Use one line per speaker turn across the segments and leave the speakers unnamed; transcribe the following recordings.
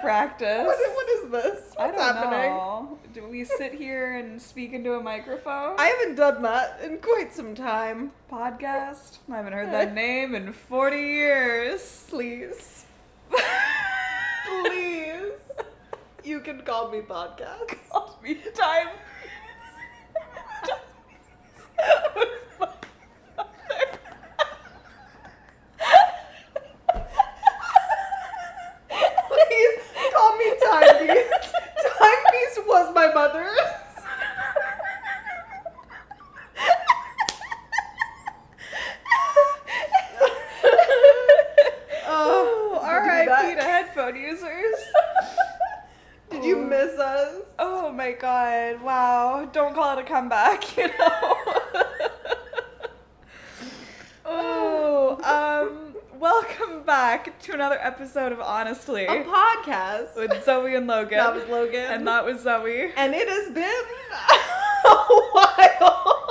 practice.
What, what is this? What's
I don't
happening?
know. Do we sit here and speak into a microphone?
I haven't done that in quite some time.
Podcast? I haven't heard that name in 40 years.
Please. Please. You can call me podcast.
Cost me time.
Please call me timepiece. timepiece was my mother.
Oh,
Oh,
R.I.P.
alright,
to headphone users.
Did you miss us?
Oh my god, wow. Don't call it a comeback, you know? oh, um, welcome back to another episode of Honestly
A podcast.
with Zoe and Logan.
that was Logan.
And that was Zoe.
And it has been a while.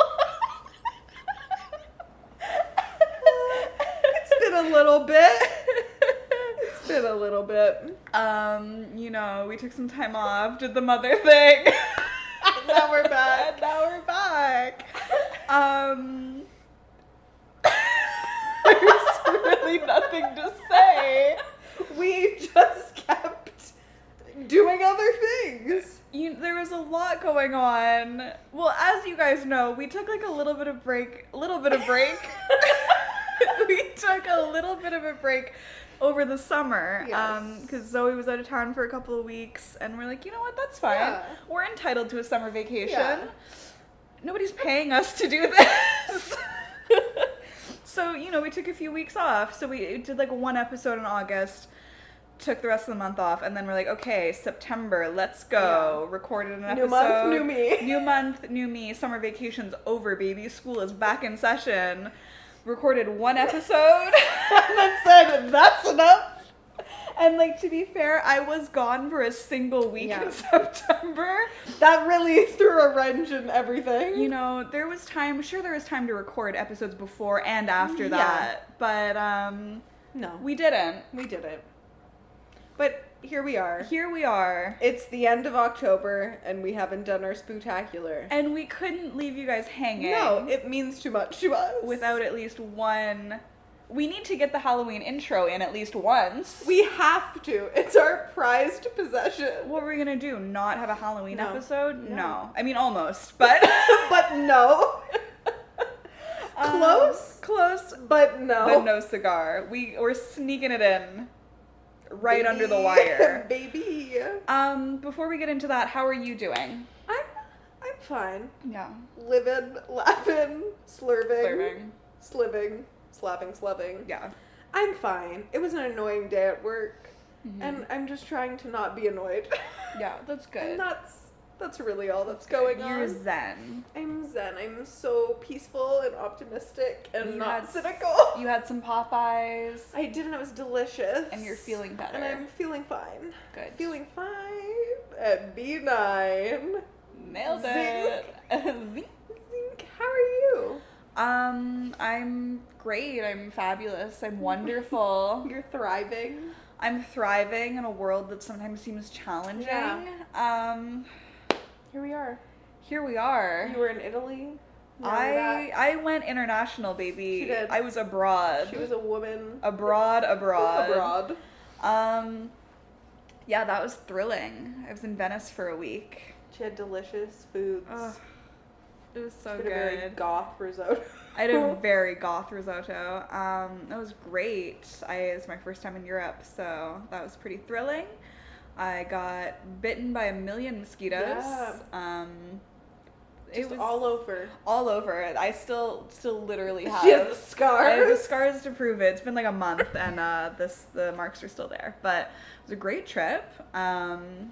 it's been a little bit. It's been a little bit.
Um, you know, we took some time off, did the mother thing.
And now we're back.
And now we're back. Um,
There's
there's really nothing to say.
We just kept doing other things.
you, there was a lot going on. Well, as you guys know, we took like a little bit of break, a little bit of break. we took a little bit of a break over the summer
Yes.
because Zoe was out of town for a couple of weeks, and we're like, you know what, that's fine.
Yeah.
We're entitled to a summer vacation.
Yeah.
Nobody's paying us to do this. so you know, we took a few weeks off. So we did like one episode in August took the rest of the month off, and then we're like, okay, September, let's go. Recorded an
New
episode.
month, new me.
New month, new me. Summer vacation's over, baby. School is back in session. Recorded one episode,
And then said, that's enough.
and like to be fair, I was gone for a single week
Yeah.
in September.
That really threw a wrench in everything.
You know, there was time. Sure, there was time to record episodes before and after
Yeah.
that, but um,
no, we,
we didn't.
we did it. But here we are.
Here we are.
It's the end of October and we haven't done our spectacular.
And we couldn't leave you guys hanging.
No, it means too much to us.
without at least one. We need to get the Halloween intro in at least once.
we have to. It's our prized possession.
what were we gonna do? Not have a Halloween
No.
episode? No.
No.
I mean, almost, but
But no.
Um,
Close, Oh.
close,
but no.
but no cigar. We we're sneaking it in, right under the
Baby.
wire.
Baby.
um, before we get into that, how are you doing?
I'm I'm fine.
Yeah,
Living, laughing, slurving.
Slurving.
Sliving. Slapping, slubbing.
yeah.
I'm fine. It was an annoying day at work.
Mm-hmm.
And I'm just trying to not be annoyed.
Yeah, that's good.
And that's that's really all that's going
You're
on.
zen.
I'm zen. I'm so peaceful and optimistic and
You
not
had-
cynical.
You had some Popeyes.
I did and it was delicious.
And you're feeling better.
And I'm feeling fine.
Good.
Feeling fine at B9.
Nailed
Zinc.
it.
Zink, how are you?
Um, I'm great. I'm fabulous. I'm wonderful.
You're thriving.
I'm thriving in a world that sometimes seems challenging.
Yeah.
Um,
Here we are.
here we are.
You were in Italy. Remember
I I went international, baby.
She did.
I was
that?
abroad.
She was a woman.
abroad, abroad,
Abroad.
Um, yeah, that was thrilling. I was in Venice for a week.
She had delicious foods.
Ugh, it was so
She had
good.
a very goth risotto.
I had a very goth risotto. Um, it was great. I, it was my first time in Europe, so that was pretty thrilling. I got bitten by a million mosquitoes.
Yeah.
Um,
Just all over.
all over. I still, still literally have.
She has
I have the
scars.
scars to prove it. It's been like a month, and uh, this the marks are still there. But it was a great trip. Um,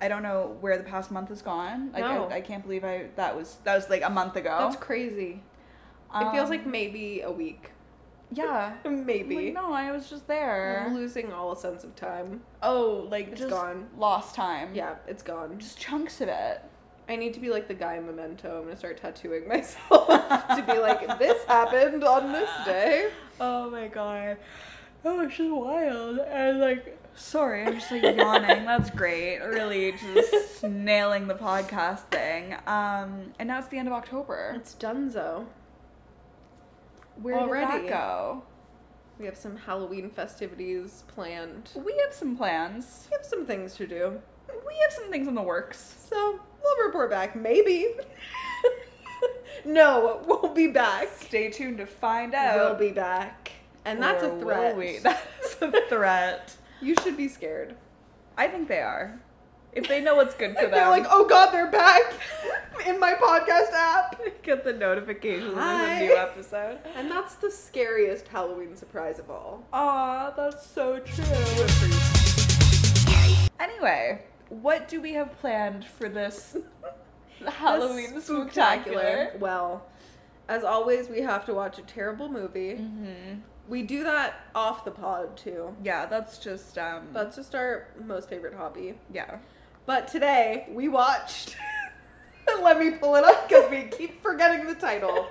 I don't know where the past month has gone. Like,
No.
I, I can't believe I that was that was like a month ago.
That's crazy. it
Um,
feels like maybe a week.
yeah. I'm
Maybe.
Like, no, I was just
I'm
there.
losing all sense of time.
Oh, like
It's
just
gone.
lost time.
Yeah, it's gone.
just chunks of it.
I need to be like the guy in Memento. I'm gonna start tattooing myself to be like, this happened on this day.
Oh my god,
oh, she's wild. And like,
Sorry, I'm just like yawning. That's great. Really, just nailing the podcast thing. Um, and now it's the end of October.
it's donezo.
Where
already.
did that go?
We have some Halloween festivities planned.
We have some plans.
We have some things to do.
We have some things in the works.
So we'll report back, maybe. no, we'll be back.
Stay tuned to find out.
We'll be back. And that's
Or
a
will
threat.
we? That's a threat.
You should be scared.
I think they are. If they know what's good for
They're
them,
like, oh god, they're back in my podcast app.
get the notification when there's a
Hi.
new episode.
And that's the scariest Halloween surprise of all.
Aw, that's so true. Anyway, what do we have planned for this Halloween
The
spooktacular?
Well, as always, we have to watch a terrible movie.
Mm-hmm.
We do that off the pod too.
Yeah, that's just um.
That's just our most favorite hobby.
yeah.
But today we watched. Let me pull it up because we keep forgetting the title.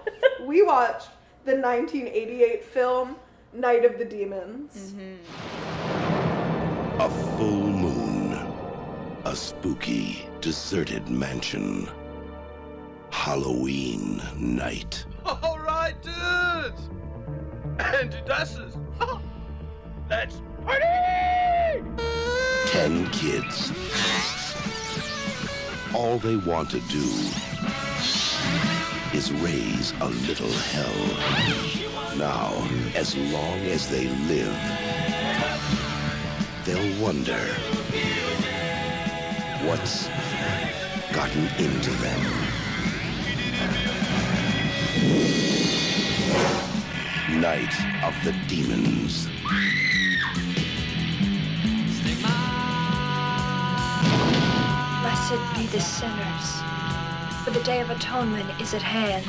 We watched the 1988 film Night of the Demons.
Mm-hmm.
A full moon. A spooky, deserted mansion. Halloween night.
All right, dudes. And duchesses. Let's party!
Ten kids. All they want to do is raise a little hell. Now, as long as they live, they'll wonder what's gotten into them. Night of the Demons.
Blessed be the sinners, for the day of atonement is at hand.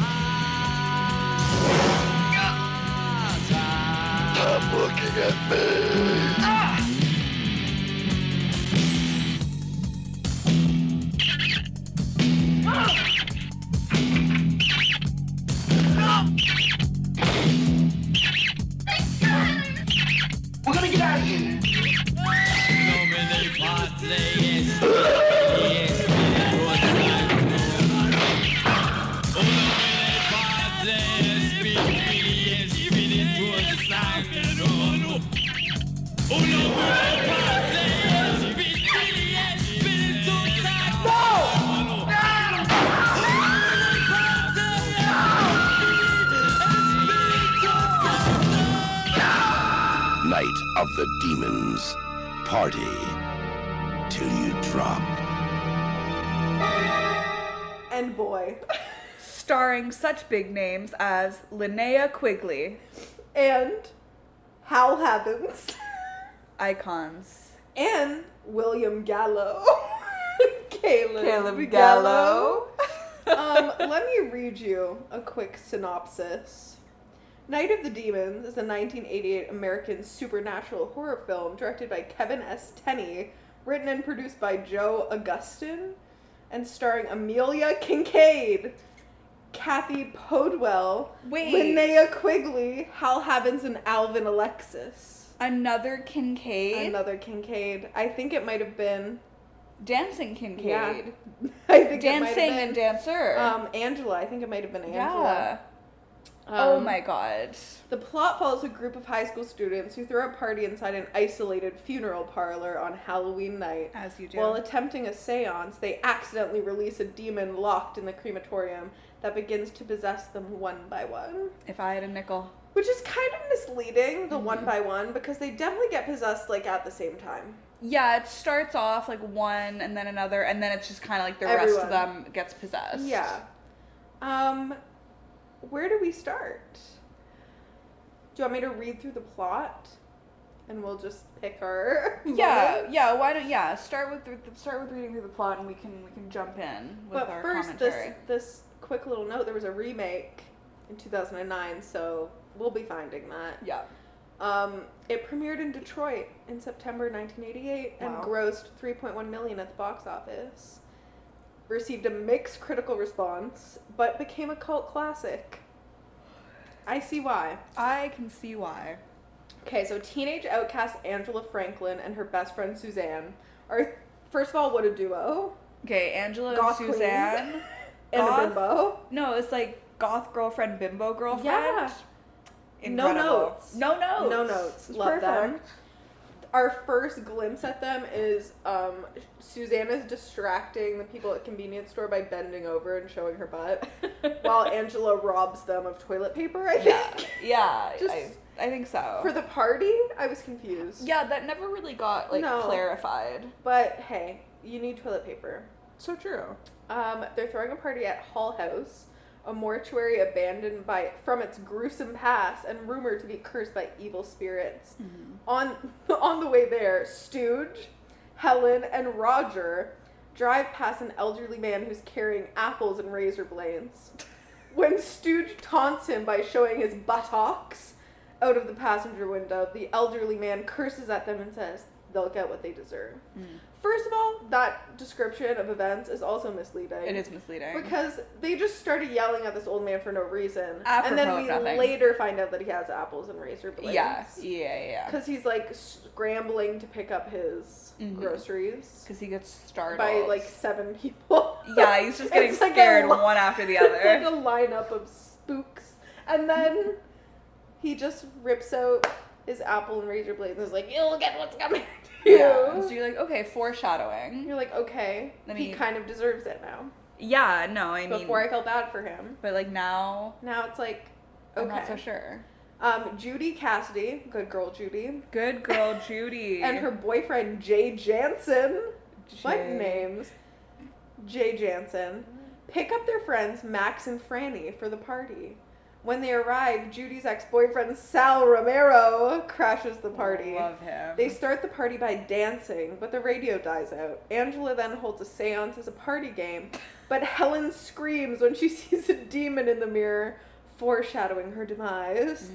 Stop looking at me. Night of the Demons. Party till you drop.
And boy.
Starring such big names as Linnea Quigley,
and Hal Havens.
icons.
and William Gallo. Caleb, um, let me read you a quick synopsis. Night of the Demons is a 1988 American supernatural horror film directed by Kevin S. Tenney, written and produced by Joe Augustin, and starring Amelia Kincaid, Kathy Podwell,
Wait.
Linnea Quigley, Hal Havens, and Alvin Alexis.
Another Kincaid.
Another Kincaid. I think it might have been.
Dancing Kincaid.
Yeah. I think it might have
Dancing
been.
and dancer.
Um, Angela. I think it might have been
yeah.
Angela.
oh
Um,
my god.
The plot follows a group of high school students who throw a party inside an isolated funeral parlor on Halloween night.
As you do.
While attempting a seance, they accidentally release a demon locked in the crematorium that begins to possess them one by one.
If I had a nickel.
Which is kind of misleading,
Mm-hmm.
the one by one, because they definitely get possessed like at the same time.
Yeah, it starts off like one and then another, and then it's just kind of like the rest of
Everyone.
them gets possessed.
Yeah. Um, where do we start? Do you want me to read through the plot, and we'll just pick our
Yeah,
moments?
yeah. Why don't yeah start with the, start with reading through the plot, and we can we can jump in with
But
our
first,
commentary.
this this quick little note: there was a remake in 2009, so we'll be finding that.
yeah,
Um, it premiered in Detroit in September 1988
Wow.
and grossed 3.1 million at the box office. Received a mixed critical response, but became a cult classic. I see why.
I can see why.
Okay, so teenage outcast Angela Franklin and her best friend Suzanne are, first of all, what a duo.
Okay, Angela
Goth
and
queen.
Suzanne.
And
Goth-
a bimbo.
No, it's like goth girlfriend, bimbo girlfriend.
Yeah. No notes.
No notes.
No notes.
It's
Love them.
perfect.
Our first glimpse at them is um, Suzanne is distracting the people at convenience store by bending over and showing her butt, while Angela robs them of toilet paper. I think
Yeah,
Just-
I, I think so.
for the party, I was confused.
yeah, that never really got like
No.
clarified.
But hey, you need toilet paper.
So true.
Um, they're throwing a party at Hull House, a mortuary abandoned by from its gruesome past and rumored to be cursed by evil spirits. On on the way there, Stooge, Helen, and Roger drive past an elderly man who's carrying apples and razor blades. When Stooge taunts him by showing his buttocks out of the passenger window, the elderly man curses at them and says, "They'll get what they deserve."
Hmm.
First of all, that description of events is also misleading.
It is misleading.
Because they just started yelling at this old man for no reason. and
Apropos
then
of
we
nothing.
later find out that he has apples and razor blades.
yeah, yeah, yeah.
Because he's like scrambling to pick up his
Mhm.
groceries
Because he gets startled
by like seven people.
Yeah, he's just getting
It's like a
scared
li-
one after the other.
It's like a lineup of spooks. And then he just rips out his apple and razor blades and is like, you'll get what's coming to you.
yeah. So you're like, okay, foreshadowing.
You're like, okay,
Let
he
me-
kind of deserves it now.
Yeah, no, I mean,
Before I felt bad for him.
but like now,
Now it's like,
I'm not so
okay.
sure.
Um, Judy Cassidy, good girl Judy,
Good girl, Judy.
and her boyfriend Jay Jansen. What
Jay.
names? Jay Jansen. Pick up their friends Max and Franny for the party. When they arrive, Judy's ex-boyfriend Sal Romero crashes the party.
Love him.
They start the party by dancing, but the radio dies out. Angela then holds a seance as a party game, but Helen screams when she sees a demon in the mirror, foreshadowing her demise.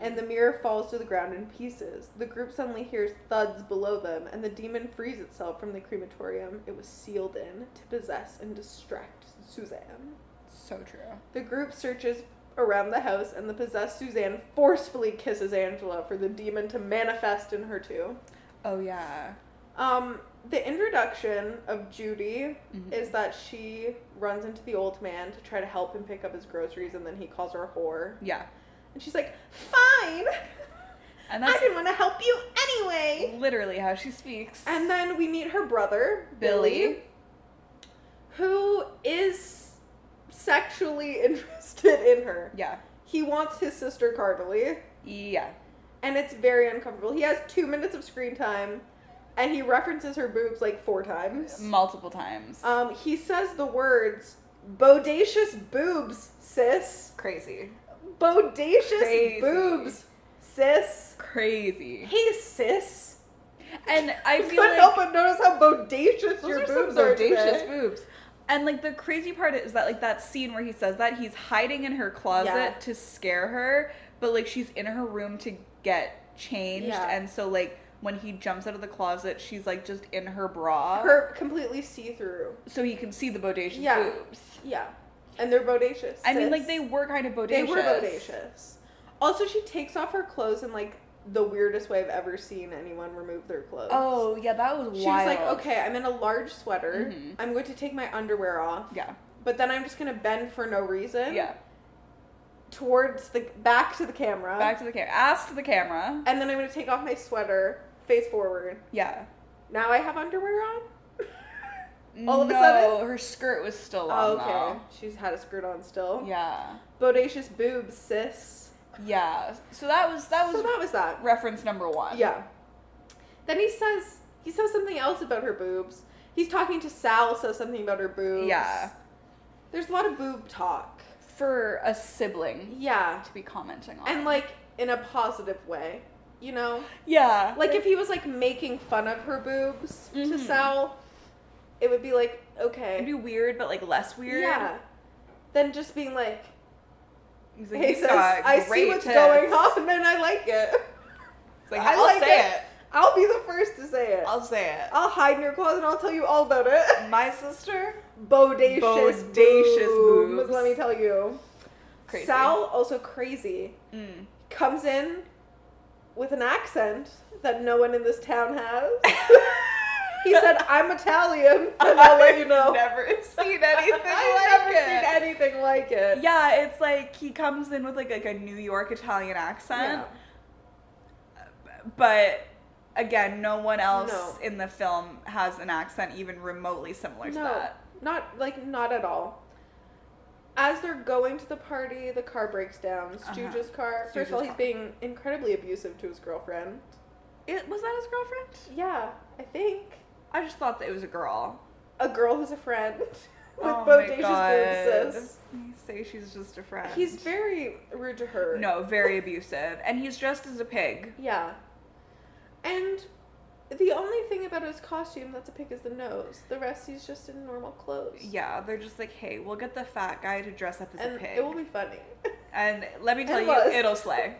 And the mirror falls to the ground in pieces. The group suddenly hears thuds below them, and the demon frees itself from the crematorium it was sealed in to possess and distract Suzanne.
so true.
The group searches around the house, and the possessed Suzanne forcefully kisses Angela for the demon to manifest in her too.
Oh yeah.
Um, the introduction of Judy
Mm-hmm.
is that she runs into the old man to try to help him pick up his groceries, and then he calls her a whore.
Yeah.
And she's like, "Fine,
And
I
that's
didn't want to help you anyway."
literally how she speaks.
Eh. And then we meet her brother
Billy.
Billy, who is sexually interested in her.
yeah.
He wants his sister Carly.
Yeah.
and it's very uncomfortable. He has two minutes of screen time, and he references her boobs like four times.
Multiple times.
Um, he says the words "bodacious boobs, sis."
crazy.
Bodacious
Crazy.
boobs, sis.
Crazy.
Hey, sis.
And I
I
feel
couldn't
like
help but notice how bodacious
those
your
are
boobs
some
are.
audacious
today.
boobs. And like the crazy part is that like that scene where he says that he's hiding in her closet
Yeah.
to scare her, but like she's in her room to get changed,
Yeah.
and so like when he jumps out of the closet, she's like just in her bra,
Her completely see-through.
so he can see the bodacious
Yeah.
boobs.
Yeah, and they're bodacious.
I mean,
sis.
like they were kind of bodacious.
They were bodacious. Also, she takes off her clothes in like the weirdest way I've ever seen anyone remove their clothes.
Oh yeah, that was wild.
She was like, okay, I'm in a large sweater.
Mhm.
I'm going to take my underwear off.
Yeah,
But then I'm just going to bend for no reason.
yeah.
Towards the back to the camera.
Back to the camera. Ass to the camera.
and then I'm going to take off my sweater face forward.
Yeah.
Now I have underwear on? All
no,
of a sudden?
her skirt was still on.
Oh, okay. She's had a skirt on still.
Though. Yeah.
Bodacious boobs, sis.
Yeah. So that was that was
so that was that.
reference number one.
Yeah. Then he says he says something else about her boobs. He's talking to Sal, says something about her boobs.
Yeah.
There's a lot of boob talk.
For a sibling
Yeah.
to be commenting on.
And like in a positive way. You know?
yeah.
Like if he was like making fun of her boobs to
Mhm.
Sal, it would be like, okay.
it'd be weird, but like less weird.
Yeah. Then just being like,
He's like,
hey
"You've
sis,
got
I see
great
what's
tits."
going on and I like it.
It's Like,
I
I'll
like
say
it. I'll be the first to say it.
I'll say it.
I'll hide in your closet and I'll tell you all about it.
My sister.
bodacious,
Bodacious
boobs,
boobs.
Let me tell you.
Crazy.
Sal also crazy
Mm.
comes in with an accent that no one in this town has. he said, I'm Italian, and I'll let you know.
I've never seen anything
I've
like
never seen
it.
anything like it.
Yeah, it's like he comes in with like, like a New York Italian accent, but again, no one else
No.
in the film has an accent even remotely similar to
No,
that.
not like not at all. As they're going to the party, the car breaks down. Stooge's car. First of
Uh-huh. Stooge's
all, he's
car.
being incredibly abusive to his girlfriend.
It was that his girlfriend?
Yeah, I think
I just thought that it was a girl.
a girl who's a friend with
Oh my
bodacious
God.
boobs. sis.
You Say she's just a friend.
He's very rude to her.
no, very abusive, and he's dressed as a pig.
Yeah. And the only thing about his costume that's a pick is the nose. The rest, he's just in normal clothes.
Yeah, they're just like, hey, we'll get the fat guy to dress up as
And
a pig,
it will be funny.
and let me tell
It
you,
was.
it'll slay.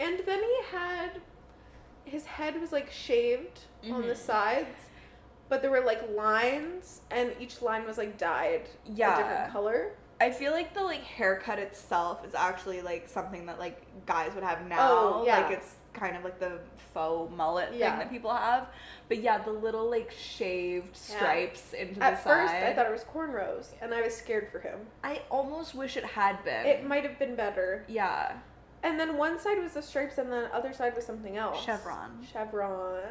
And then he had his head was like shaved on
Mm-hmm.
the sides, but there were like lines, and each line was like dyed a
Yeah.
different color.
I feel like the like haircut itself is actually like something that like guys would have now.
Oh, yeah.
Like it's kind of like the faux mullet
Yeah.
thing that people have. But yeah, the little like shaved stripes into the
At
side.
first, I thought it was cornrows, and I was scared for him.
I almost wish it had been.
It might have been better.
yeah.
And then one side was the stripes, and the other side was something else.
Chevron.
Chevron.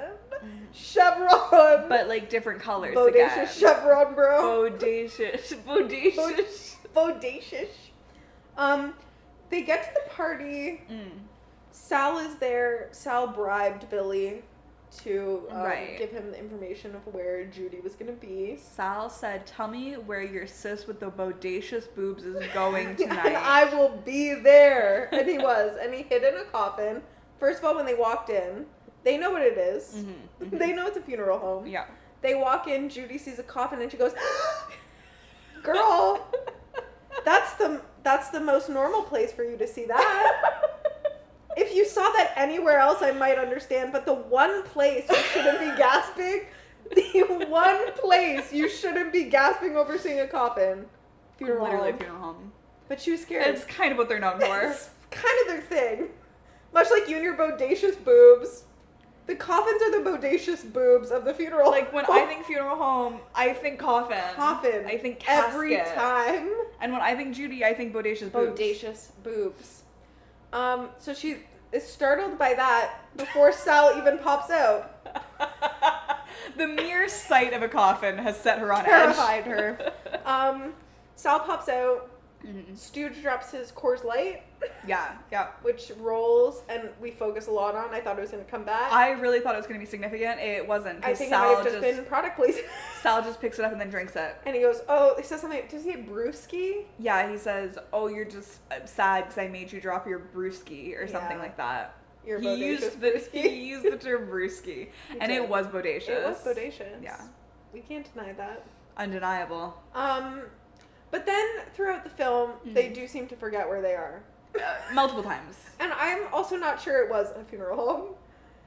Chevron.
But like different colors again.
bodacious chevron, bro.
bodacious. Bodacious.
bodacious. Um, they get to the party.
Mm.
Sal is there. Sal bribed Billy to um,
Right.
give him the information of where Judy was gonna be.
Sal said, Tell me where your sis with the bodacious boobs is going tonight.
and I will be there. And he was, and he hid in a coffin. First of all, when they walked in, they know what it is.
Mhm,
They know it's a funeral home.
yeah.
They walk in. Judy sees a coffin, and she goes, "Girl, that's the that's the most normal place for you to see that." If you saw that anywhere else, I might understand, but the one place you shouldn't be gasping, the one place you shouldn't be gasping over seeing a coffin, funeral
Literally
home.
funeral home.
But she was scared.
It's kind of what they're known for.
It's kind of their thing. Much like you and your bodacious boobs. The coffins are the bodacious boobs of the funeral.
Like when I think funeral home, I think coffin.
Oh. coffin,
I think casket.
every time.
And when I think Judy, I think bodacious boobs.
Bodacious boobs. Um, so she is startled by that before Sal even pops out.
the mere sight of a coffin has set her on
terrified
edge.
her. Um, Sal pops out. Stooge drops his Coors Light,
Yeah, yeah.
which rolls, and we focus a lot on. I thought it was going to come back.
I really thought it was going to be significant. It wasn't.
I
'cause
think
Sal
it might have just, been product placement.
Sal just picks it up and then drinks it.
and he goes, "Oh," he says something. Does he have brewski?
Yeah, he says, "Oh, you're just uh, sad because I made you drop your brewski or something
Yeah.
like that."
Your
he
bodacious
used the he
brewski.
used the term brewski, and
did.
it was bodacious.
It was bodacious.
Yeah.
we can't deny that.
Undeniable.
Um, but then throughout the film,
Mm-hmm.
they do seem to forget where they are,
Multiple times.
and I'm also not sure it was a funeral home.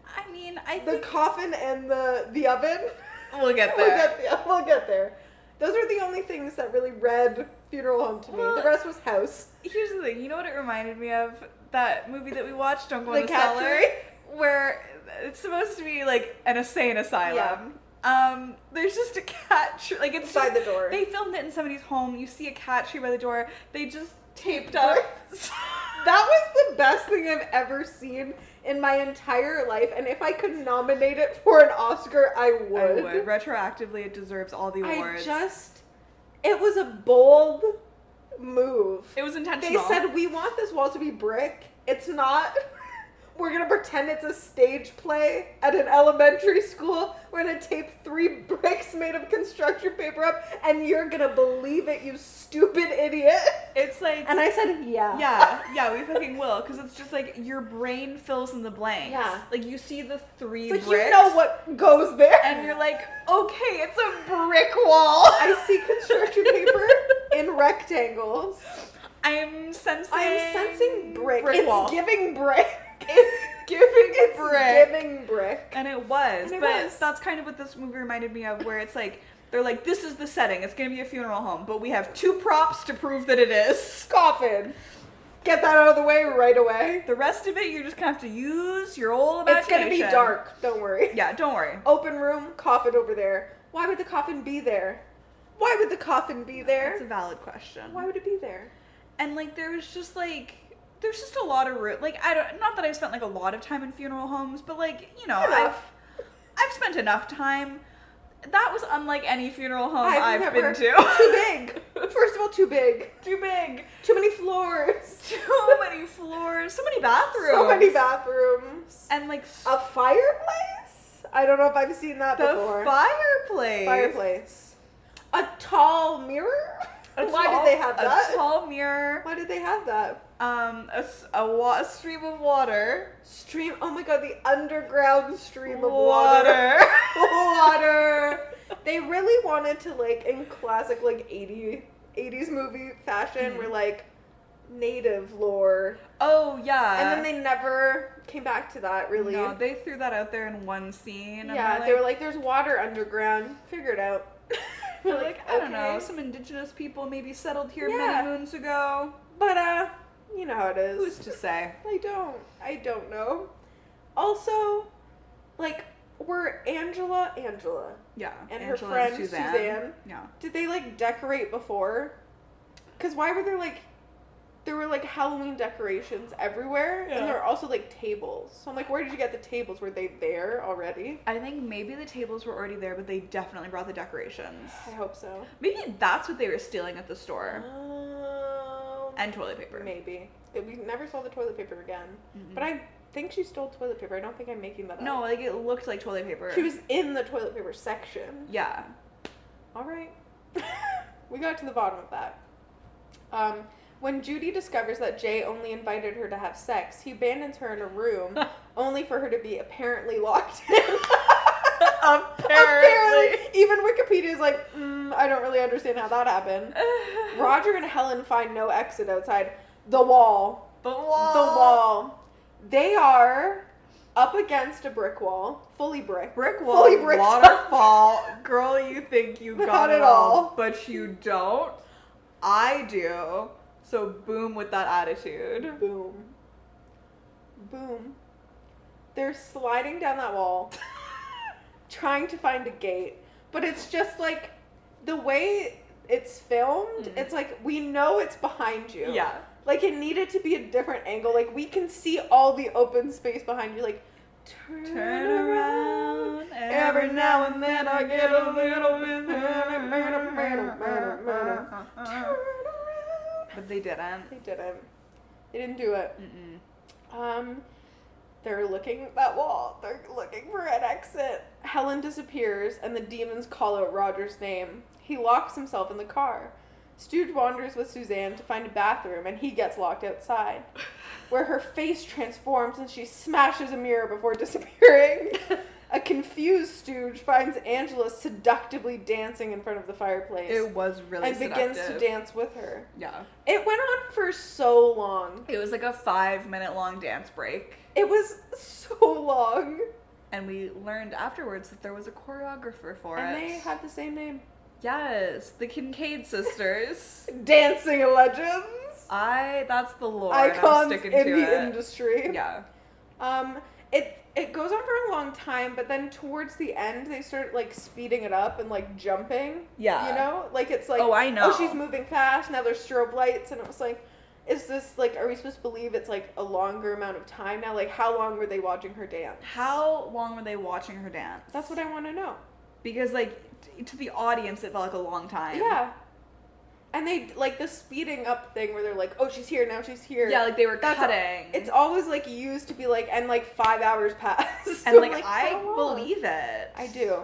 I mean, I
The
think
coffin and the the oven.
we'll get
We'll
there.
get there. We'll get there. Those are the only things that really read funeral home to me. the
Well-
rest was house.
Here's the thing. You know what it reminded me of? That movie that we watched, Don't Go
The
in the
Cat
Cellar,
Tree?
where it's supposed to be like an insane asylum. Um, there's just a cat tree. Like it's
By
just-
the door.
They filmed it in somebody's home. You see a cat tree by the door. They just taped up.
That was the best thing I've ever seen in my entire life, and if I could nominate it for an Oscar, I
I
would.
would. Retroactively, it deserves all the
I
awards.
just, it was a bold move.
it was
they
intentional.
said we want this wall to be brick. It's not. We're gonna pretend it's a stage play at an elementary school. We're gonna tape three bricks made of construction paper up, and you're gonna believe it, you stupid idiot.
it's like
And I said, yeah.
Yeah, yeah, we fucking will, because it's just like your brain fills in the blanks.
Yeah.
like you see the three.
It's like you
bricks,
know what goes there.
and you're like, okay, it's a brick wall.
I see construction paper in rectangles.
I'm sensing.
I'm sensing brick.
Brick
it's
wall.
giving brick.
it's giving
It's
brick.
giving brick.
and it was,
And it
but
was.
that's kind of what this movie reminded me of, where it's like they're like, this is the setting. It's gonna be a funeral home, but we have two props to prove that it is.
Coffin. Get that out of the way right away.
The rest of it, you're just gonna have to use your old
It's
imagination.
gonna be dark. Don't worry.
Yeah, don't worry.
Open room, coffin over there. Why would the coffin be there? Why would the coffin be
That's a
there?
valid question.
Why would it be there?
and like there was just like there's just a lot of room. Like I don't not that I've spent like a lot of time in funeral homes, but like you know
Enough.
I've I've spent enough time. That was unlike any funeral home I've,
I've
been
never-
to.
Too big. First of all, too big.
Too big.
Too many floors.
Too many floors. So many bathrooms.
So many bathrooms.
And like s-
A fireplace? I don't know if I've seen that
the
before.
fireplace.
fireplace. A tall mirror?
A
Why
tall-
did they have that?
A tall mirror.
Why did they have that?
Um, a, s- a wa- a stream of water.
Stream. Oh my god, the underground stream of water. They really wanted to like in classic like 80 80s movie
Mm-hmm.
fashion where like native lore
oh yeah.
and then they never came back to that really.
No, they threw that out there in one scene. and
yeah, they were like there's water underground. Figure it out.
They're like, I don't know,
okay.
some indigenous people maybe settled here
Yeah.
many moons ago.
But uh, you know how it is.
Who's to say?
I don't. I don't know. Also, like, were Angela, Angela,
Yeah.
And her friend, Suzanne.
Yeah.
did they like decorate before? Because why were there like, there were like Halloween decorations everywhere,
Yeah.
and there were also like tables. So I'm like, where did you get the tables? Were they there already?
I think maybe the tables were already there, but they definitely brought the decorations.
I hope so.
Maybe that's what they were stealing at the store.
Um,
And toilet paper.
maybe we never saw the toilet paper again. But I think she stole toilet paper. I don't think I'm making that up.
No, like it looked like toilet paper.
she was in the toilet paper section.
Yeah.
All right. we got to the bottom of that. Um, when Judy discovers that Jay only invited her to have sex, he abandons her in a room only for her to be apparently locked in.
Apparently.
Even Wikipedia is like, mm, I don't really understand how that happened. Roger and Helen find no exit outside the wall.
The
The
wall.
wall. They are up against a brick wall, fully brick.
Brick wall.
Fully bricked up.
waterfall. Girl, you think you
Not
got it
at
all,
all.
but you don't. I do. So boom with that attitude.
Boom. Boom. They're sliding down that wall, trying to find a gate, but it's just like the way it's filmed, it's like we know it's behind you.
Yeah.
Like it needed to be a different angle. Like we can see all the open space behind you. Like, turn,
Turn around
Every now and then I get a little bit.
But they didn't.
They didn't. They didn't do it.
Mm-mm.
Um, they're looking at that wall. They're looking for an exit. Helen disappears, and the demons call out Roger's name. He locks himself in the car. Stooge wanders with Suzanne to find a bathroom, and he gets locked outside, where her face transforms and she smashes a mirror before disappearing. a confused Stooge finds Angela seductively dancing in front of the fireplace
It was really
and begins to
seductive.
dance with her.
Yeah.
It went on for so long.
It was like a five minute long dance break.
It was so long.
And we learned afterwards that there was a choreographer for
And
it.
they had the same name.
yes, the Kincaid sisters.
Dancing legends.
I that's the lore. and I'm
Icons in
sticking
the
to it.
industry.
Yeah.
Um it it goes on for a long time, but then towards the end they start like speeding it up and like jumping.
Yeah.
You know? Like it's like
Oh, I know.
Oh, she's moving fast, now there's strobe lights, and it was like is this like are we supposed to believe it's like a longer amount of time now? Like how long were they watching her dance?
How long were they watching her dance?
that's what I wanna know.
because like t- to the audience it felt like a long time.
Yeah. And they like the speeding up thing where they're like, oh, she's here now, she's here.
Yeah, like they were
That's-
cutting.
It's always like used to be like, and like five hours pass.
and
I'm
like, I
how long?
believe it.
I do.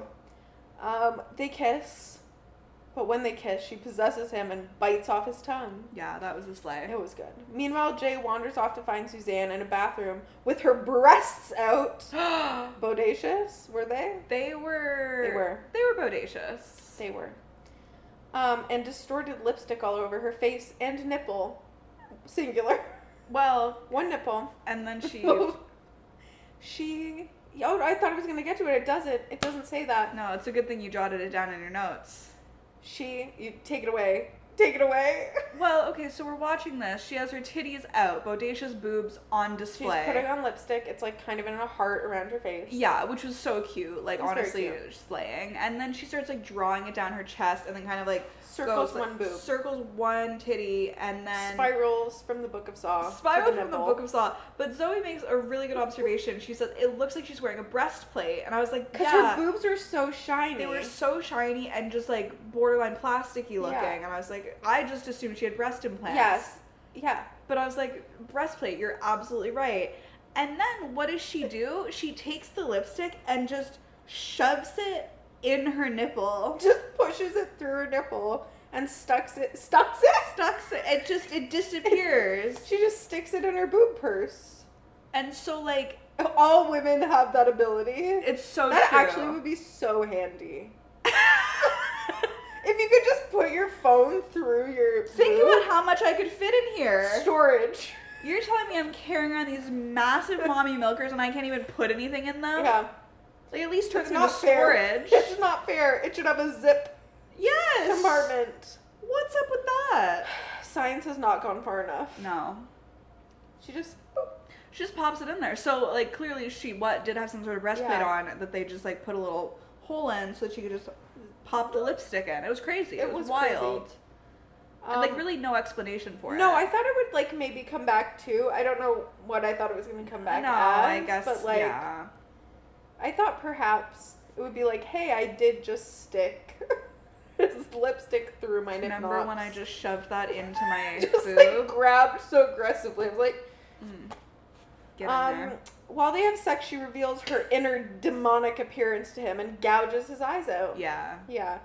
Um, they kiss, but when they kiss, she possesses him and bites off his tongue.
Yeah, that was a slay.
It was good. Meanwhile, Jay wanders off to find Suzanne in a bathroom with her breasts out. Bodacious, were they?
they were
They were.
they were bodacious.
They were. Um, and distorted lipstick all over her face and nipple. Singular.
Well,
One nipple.
and then she
Oh. she. Oh, I thought I was gonna get to it. It doesn't. It doesn't say that.
No, it's a good thing you jotted it down in your notes.
She. You take it away. Take it away.
Well, okay, so we're watching this. She has her titties out, bodacious boobs on
She's
display.
putting on lipstick. It's like kind of in a heart around her face.
Yeah, which was so cute. Like
It was very
honestly,
cute.
slaying. And then she starts like drawing it down her chest, and then kind of like
Circles
goes, like,
one boob.
circles one titty, and then
Spirals from the Book of Saw. to
spiral from the
nipple.
Book of Saw. But Zoe makes a really good observation. She says it looks like she's wearing a breastplate, and I was like,
Because
yeah.
her boobs are so shiny.
they were so shiny and just like borderline plasticky looking,
Yeah.
and I was like, I just assumed she had breast implants.
Yes. Yeah.
But I was like, breastplate, you're absolutely right. And then what does she do? She takes the lipstick and just shoves it in her nipple.
Just pushes it through her nipple and stucks it. Stucks it?
Sucks it. It just it disappears.
She just sticks it in her boob purse.
And so like
All women have that ability.
it's so
that
true.
actually would be so handy. If you could just put your phone through your
Think
boob,
about how much I could fit in here.
storage.
You're telling me I'm carrying around these massive mommy milkers and I can't even put anything in them?
Yeah.
Like at least turn
It's
them into
not fair.
storage.
It's not fair. It should have a zip
yes.
compartment.
What's up with that?
Science has not gone far enough.
No.
She just boop,
She just pops it in there. So like clearly she what did have some sort of breastplate
Yeah.
on that they just like put a little hole in so that she could just pop the lipstick in. It was crazy. It, was, wild.
crazy.
And, like
Um,
really no explanation for it.
No, I thought it would like maybe come back too. I don't know what I thought it was going to come back.
no,
as,
I guess
But like,
yeah.
I thought perhaps it would be like, hey, I did just stick this lipstick through my nip
Remember when I
knots."
just shoved that into my
just
boob?
like grabbed so aggressively? I was like,
Get in
um,
there.
while they have sex, she reveals her inner demonic appearance to him and gouges his eyes out.
Yeah.
Yeah.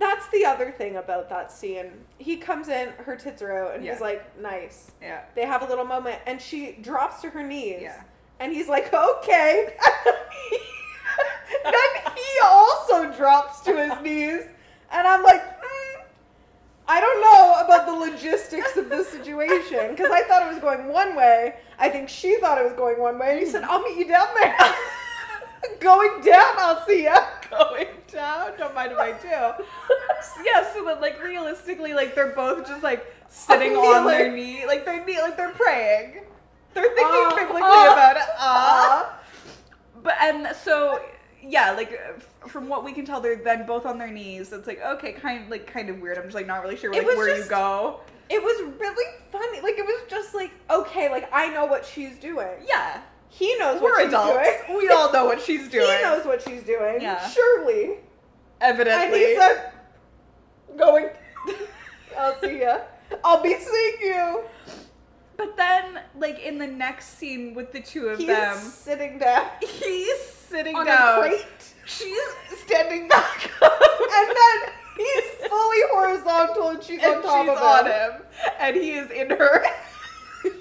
That's the other thing about that scene. He comes in, her tits are out, and
Yeah.
he's like, nice.
Yeah.
They have a little moment, and she drops to her knees.
Yeah.
And he's like, okay. then he also drops to his knees. And I'm like, mm, I don't know about the logistics of this situation because I thought it was going one way. I think she thought it was going one way. And he said, I'll meet you down there. going down, I'll see ya. Going down, don't mind if I do.
Yeah, so that like realistically, like they're both just like sitting on their knee, like their knee, like they're praying. They're thinking
Ah,
biblically
ah,
about it. Ah. But and so yeah, like uh, f- from what we can tell, they're then both on their knees. It's like okay, kind like kind of weird. I'm just like not really sure
It
like
was
where you
just-
go.
It was really funny. Like, it was just like, okay, like, I know what she's doing.
Yeah,
He knows what
we're
she's
adults.
doing.
We all know what she's doing.
He knows what she's doing.
Yeah.
Surely. And
evidently.
he said, going, I'll see ya. I'll be seeing you.
but then, like in the next scene with the two of
He's
them,
sitting down
he's sitting
on
down.
a crate.
She's standing back up,
And then he's fully horizontal and she's
and
on top
she's
of
on
him.
him, and he is in her.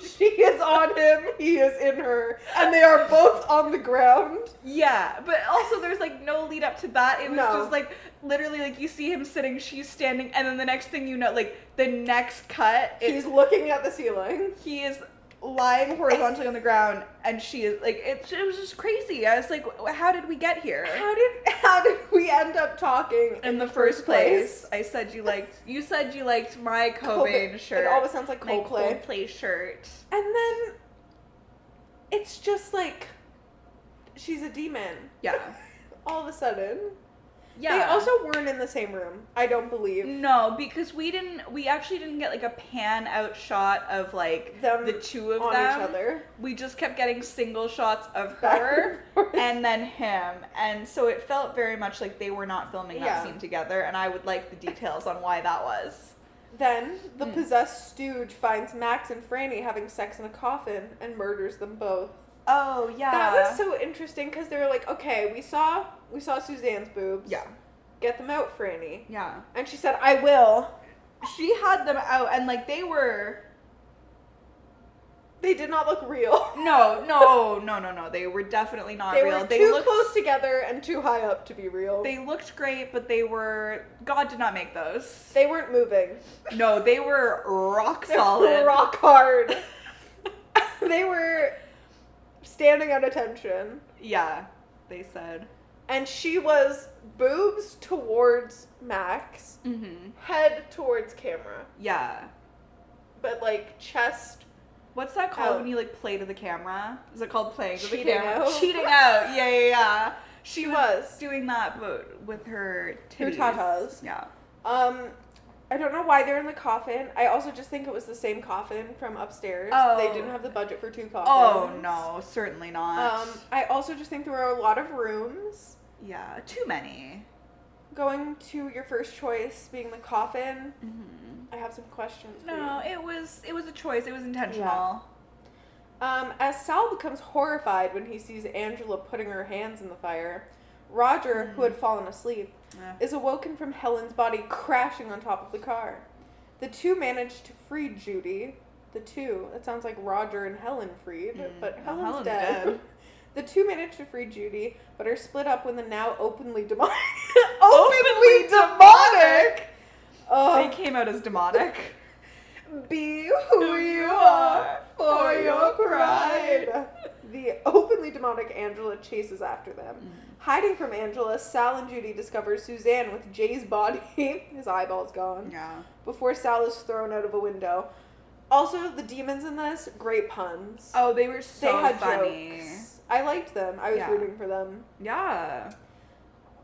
She is on him, he is in her, and they are both on the ground.
yeah, but also there's like no lead up to that. It was
No.
just like literally like you see him sitting, she's standing, and then the next thing you know, like the next cut,
he's
it's,
looking at the ceiling.
he is lying horizontally on the ground, and she is like it. It was just crazy. I was like, "W- how did we get here?
How did how did we end up talking
in the first place, I said you liked. You said you liked my Cobain, shirt.
It always sounds like
my
Coldplay.
Coldplay shirt.
And then it's just like she's a demon.
Yeah.
All of a sudden.
Yeah.
They also weren't in the same room, I don't believe.
No, because we didn't. We actually didn't get like a pan out shot of like
Them
the two of
on
them.
each other.
We just kept getting single shots of
Back
her
and forth.
and then him, and so it felt very much like they were not filming that
Yeah.
scene together. And I would like the details on why that was.
Then the possessed stooge finds Max and Franny having sex in a coffin and murders them both.
Oh yeah,
That was so interesting because they were like, okay, we saw we saw Suzanne's boobs.
yeah,
Get them out, Franny.
yeah.
And she said, I will.
She had them out, and like they were.
They did not look real.
No, no, no, no, no. They were definitely not
They
real.
were
they
too
looked
close together and too high up to be real. They,
They looked great, but they were. God did not make those.
weren't moving.
No, they were rock
They were
solid.
Rock hard. they were standing at attention.
Yeah, they said.
and she was boobs towards Max,
Mm-hmm.
head towards camera,
Yeah.
but like chest.
What's that called
Oh.
when you like play to the camera? Is it called playing to the
Cheating
camera?
out.
Cheating out. Yeah, yeah, yeah. She
She
was
was.
doing that, but with her
Her
titties.
tatas.
Yeah.
Um, I don't know why they're in the coffin. I also just think it was the same coffin from upstairs. They
Oh.
didn't have the budget for two
Oh
coffins.
no, certainly not.
Um, I also just think there were a lot of rooms.
yeah, too many.
Going to your first choice being the coffin.
hmm
I have some questions. for
No,
you.
it was it was a choice. It was intentional.
Um, as Sal becomes horrified when he sees Angela putting her hands in the fire, Roger, who had fallen asleep,
Hmm. Yeah.
is awoken from Helen's body crashing on top of the car. The two manage to free Judy. The two, it sounds like Roger and Helen freed,
Mm,
but
well,
Helen's,
Helen's
dead.
dead.
The two manage to free Judy, but are split up when the now openly demonic.
Openly demonic. They
Oh,
came out as demonic.
be who you are for your pride. The openly demonic Angela chases after them. Hiding from Angela, Sal and Judy discover Suzanne with Jay's body, his eyeballs gone,
Yeah.
before Sal is thrown out of a window. Also, the demons in this, great puns.
Oh, they were so
they had
funny.
jokes. I liked them. I was
Yeah.
rooting for them.
Yeah.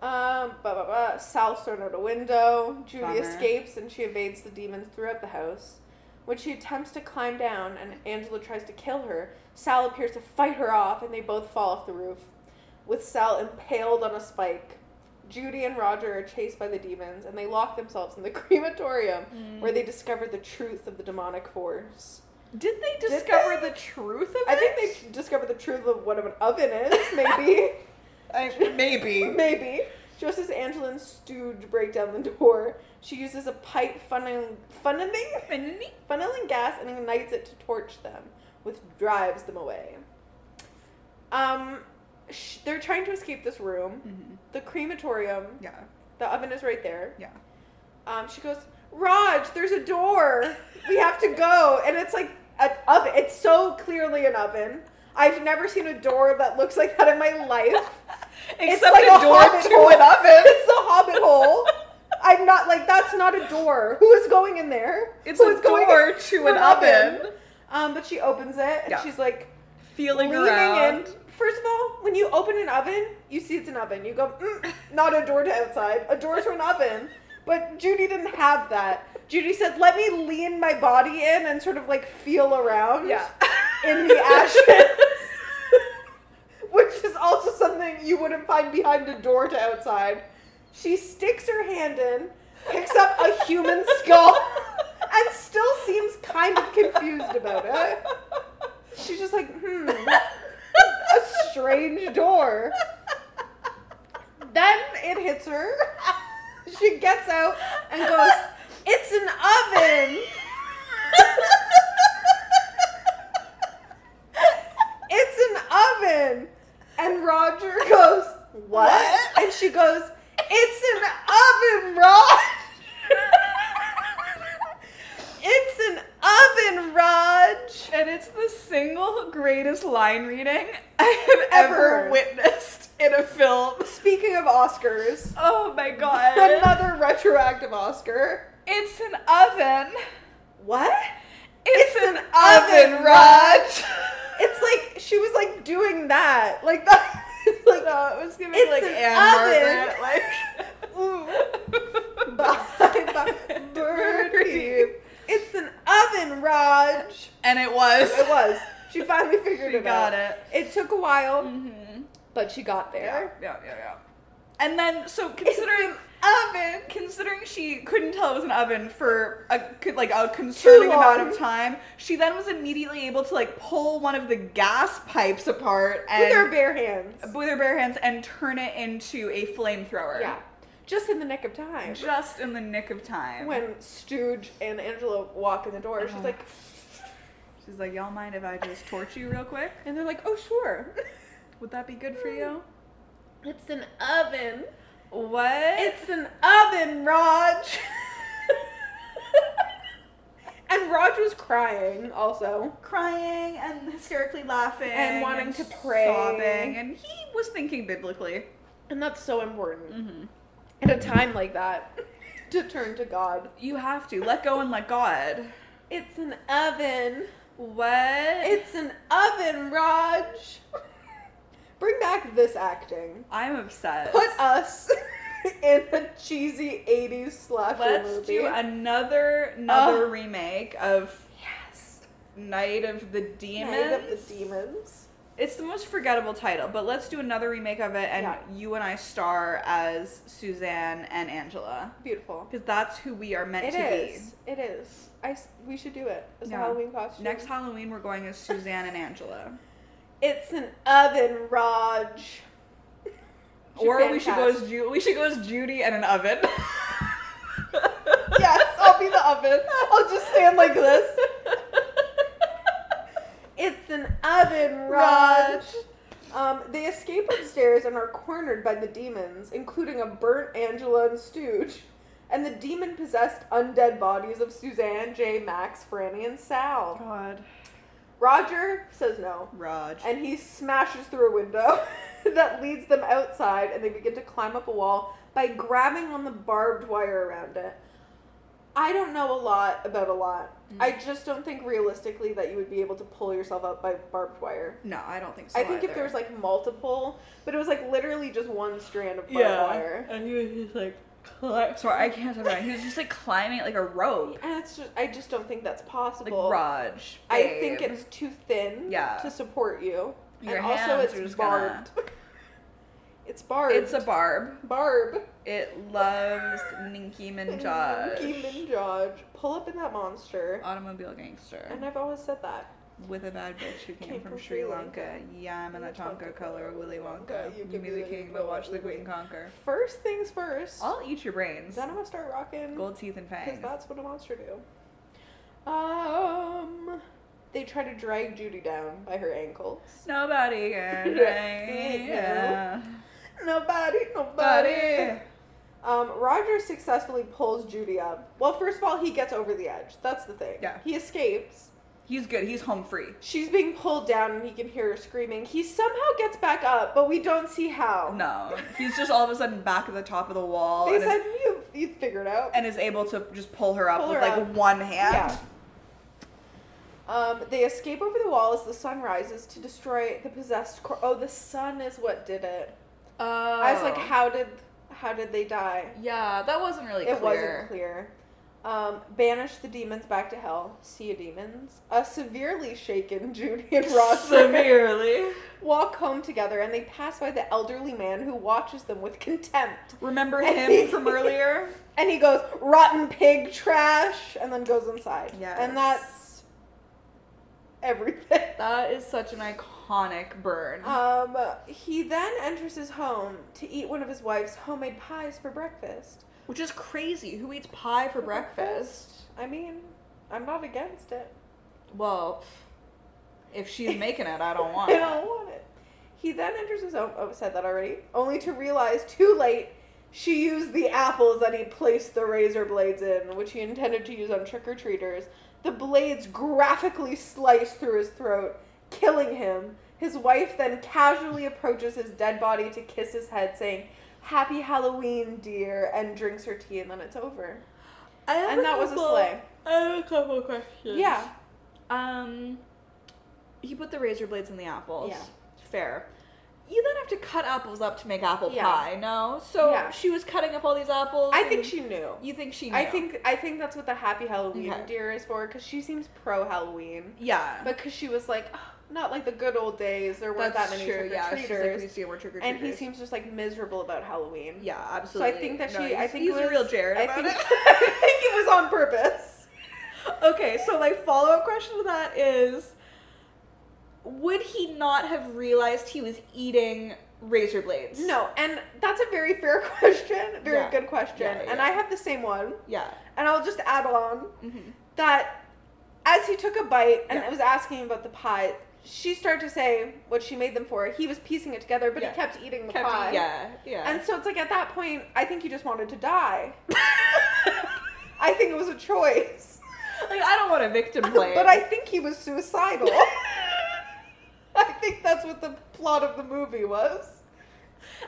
Um, blah, blah, blah. Sal's thrown out a window. Judy
Bummer.
escapes and she evades the demons throughout the house. When she attempts to climb down and Angela tries to kill her, Sal appears to fight her off and they both fall off the roof, with Sal impaled on a spike. Judy and Roger are chased by the demons and they lock themselves in the crematorium where they discover the truth of the demonic force.
Did they
Did
discover
they?
the truth of
I
it?
think they discover the truth of what an oven is, maybe.
I, maybe.
Maybe. Just as Angela and Stu break down the door, she uses a pipe funneling, funneling, funneling gas and ignites it to torch them, which drives them away. Um, sh- they're trying to escape this room.
Mhm.
The crematorium,
Yeah.
the oven is right there.
Yeah.
Um, she goes, Raj, there's a door. We have to go. And it's like an oven. It's so clearly an oven. I've never seen a door that looks like that in my life.
Except
like
a
a
door
hobbit
to
hole.
an oven.
It's a hobbit hole. I'm not like that's not a door. Who is going in there?
It's
Who
a
is going
door
in-
to an oven.
Um, but she opens it and
Yeah.
she's like
Feeling
leaning
around.
in. First of all, when you open an oven, you see it's an oven. You go, mm, not a door to outside, a door to an oven. But Judy didn't have that. Judy said, "Let me lean my body in and sort of like feel around."
Yeah.
in the ashes. Which is also something you wouldn't find behind a door to outside. She sticks her hand in, picks up a human skull, and still seems kind of confused about it. She's just like, hmm, a strange door. Then it hits her. She gets out and goes, It's an oven! It's an oven! And Roger goes, What?
What?
And she goes, It's an oven, Rod! it's an oven, Raj!
And it's the single greatest line reading I have ever
Ever.
witnessed in a film.
Speaking of Oscars,
Oh my god.
another retroactive Oscar.
It's an oven.
What?
It's, an,
oven,
oven, Raj.
It's like she was like doing that, like that, like
no, it was giving
It's
like
an
Anne
oven.
Margaret, like ooh,
by the birdie. It's an oven, Raj.
and it was.
It was. She finally figured
She
it out.
got it.
It took a while,
Mm-hmm.
but she got
Yeah,
there.
yeah, yeah, yeah. And then, so considering oven, considering she couldn't tell it was an oven for a co- like a concerning amount
long.
of time, she then was immediately able to like pull one of the gas pipes apart and
With her bare hands.
with her bare hands and turn it into a flamethrower.
Yeah. Just in the nick of time.
just in the nick of time.
when Stooge and Angela walk in the door, she's
Uh-huh.
like,
She's like, "Y'all mind if I just torch you real quick?
and they're like, oh, sure.
Would that be good for you?"
It's an oven.
What?
It's an oven, Raj. and Raj was crying also.
crying and hysterically laughing
And wanting to pray.
sobbing and he was thinking biblically
And that's so important. At a time like that, to turn to God.
You have to let go and let God.
It's an oven.
What?
It's an oven, Raj. Bring back this acting.
I'm upset.
Put us in a cheesy 80s slasher
Let's
movie.
do another another
Ugh.
remake of
yes.
Night of the Demons.
Night of the Demons.
It's the most forgettable title, but let's do another remake of it, and
Yeah.
you and I star as Suzanne and Angela
Beautiful.
because that's who we are meant
It
to
is. It is. I, s- we should do it as
Yeah.
a Halloween costume.
be. Next Halloween, we're going as Suzanne and Angela,
It's an oven, Raj.
or we should go
Fantastic.
as Ju- we should go as Judy and an oven.
Yes, I'll be the oven. I'll just stand like this. It's an oven, Raj. Um, they escape upstairs and are cornered by the demons, including a burnt Angela and Stooge, and the demon possessed undead bodies of Suzanne, Jay, Max, Franny, and Sal.
God,
Roger says no,
Raj.
and he smashes through a window that leads them outside, and they begin to climb up a wall by grabbing on the barbed wire around it. I don't know a lot about a lot.
Mm.
I just don't think realistically that you would be able to pull yourself up by barbed wire.
no, I don't think so.
I think if
either.
there was like multiple, but it was like literally just one strand of barbed wire.
and he was just like. Sorry, I can't talk about. it. He was just like climbing like a rope,
And it's just, I just don't think that's
like
possible.
Raj.
I
babe.
think it's too thin
Yeah.
to support you.
Your
and
hands
also
are
it's
just gonna-
barbed. it's barbed.
It's a barb.
barb.
It loves Ninky Minaj.
Demon Josh. Pull up in that monster.
Automobile gangster.
And I've always said that.
with a bad bitch who came, from Sri Lanka. Yeah, I'm in a Tonka color, Willy Wonka.
You
You
can
can
be
be the
the
king,
king,
but watch the
but
queen
watch
conquer.
First things first.
I'll eat your brains.
Then I'm gonna start rocking.
Gold teeth and
Because
fangs.
that's what a monster do. Um, they try to drag Judy down by her ankles.
Nobody can.
Right.
yeah.
Nobody,
Buddy.
Um, Roger successfully pulls Judy up. Well, first of all, he gets over the edge. That's the thing.
Yeah.
He escapes.
He's good. He's home free.
She's being pulled down, and he can hear her screaming. He somehow gets back up, but we don't see how.
No, he's just all of a sudden back at the top of the wall
They
and
said
is,
you you figured out.
and is able to just pull her up
Pull
with
her
like
up.
one hand.
Yeah. Um, they escape over the wall as the sun rises to destroy the possessed. Cor- oh, the sun is what did it.
Oh.
I was like, how did how did they die?
Yeah, that wasn't really
It wasn't clear. Um, banish the demons back to hell. See you, demons. A severely shaken Judy and Ross
Severely.
walk home together, and they pass by the elderly man who watches them with contempt.
Remember him from earlier?
And he goes, "Rotten pig, trash," and then goes inside.
Yes.
and that's everything.
That is such an iconic burn.
Um, he then enters his home to eat one of his wife's homemade pies for breakfast.
Which is crazy. Who eats pie for breakfast?
I mean, I'm not against it.
Well, if she's making it, I don't want
I
it.
don't want it. He then enters his home. Oh, said that already. Only to realize too late she used the apples that he placed the razor blades in, which he intended to use on trick or treaters. The blades graphically slice through his throat, killing him. His wife then casually approaches his dead body to kiss his head, saying, Happy Halloween, dear, and drinks her tea, and then it's over. And that was a slay.
I have a couple questions.
Yeah.
Um, he put the razor blades in the apples.
Yeah.
Fair. You then have to cut apples up to make apple
Yeah.
pie, no? So
Yeah.
she was cutting up all these apples.
I think
and
she knew.
You think she knew?
I think I think that's what the Happy Halloween
Okay.
dear is for, because she seems pro Halloween.
Yeah.
because she was like, "Oh, not like the good old days. There weren't that many trick or
Yeah, she's like,
treaters,
we see more trick or treaters.
and he seems just like miserable about Halloween.
Yeah,
So
absolutely.
I think that
No,
she,
he's-
I think
he's
it was,
a real Jared
I
about
think,
it.
I think it was on purpose.
Okay, so my follow up question to that is Would he not have realized he was eating razor blades?
No, and that's a very fair question, very
Yeah.
good question,
Yeah, yeah,
and
yeah.
I have the same one,
Yeah.
and I'll just add on
Mhm.
that as he took a bite and
Yeah.
was asking about the pie. She started to say what she made them for. He was piecing it together, but
Yeah.
he kept eating the
Kept-
pie.
yeah, yeah.
And so it's like at that point, I think he just wanted to die. I think it was a choice.
like, I don't want a victim blame.
But I think he was suicidal. I think that's what the plot of the movie was.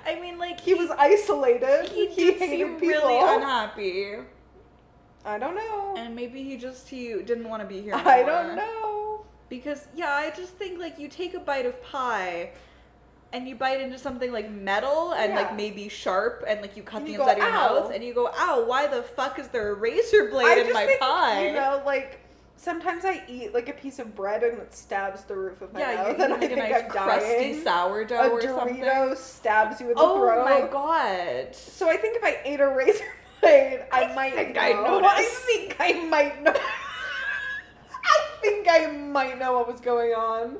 I mean, like
He was isolated.
he did seem really unhappy,
I don't know.
and maybe he just he didn't want to be here.
I
anymore.
don't know.
because yeah, I just think like you take a bite of pie. And you bite into something like metal and
Yeah.
like maybe sharp and like you cut
And
the
you
inside
go,
of your
"Ow."
mouth and you go, ow, why the fuck is there a razor blade
I
in
just
my
think,
pie?
You know, like sometimes I eat like a piece of bread and it stabs the roof of my
yeah,
mouth,
you
and
like
I think
a nice
I'm
crusty
dying.
sourdough
a
or something.
Dorito stabs you in the
oh
throat.
my god.
So I think if I ate a razor blade, I,
I
might
think
know.
I
I
noticed.
think I might know. I think I might know what was going on.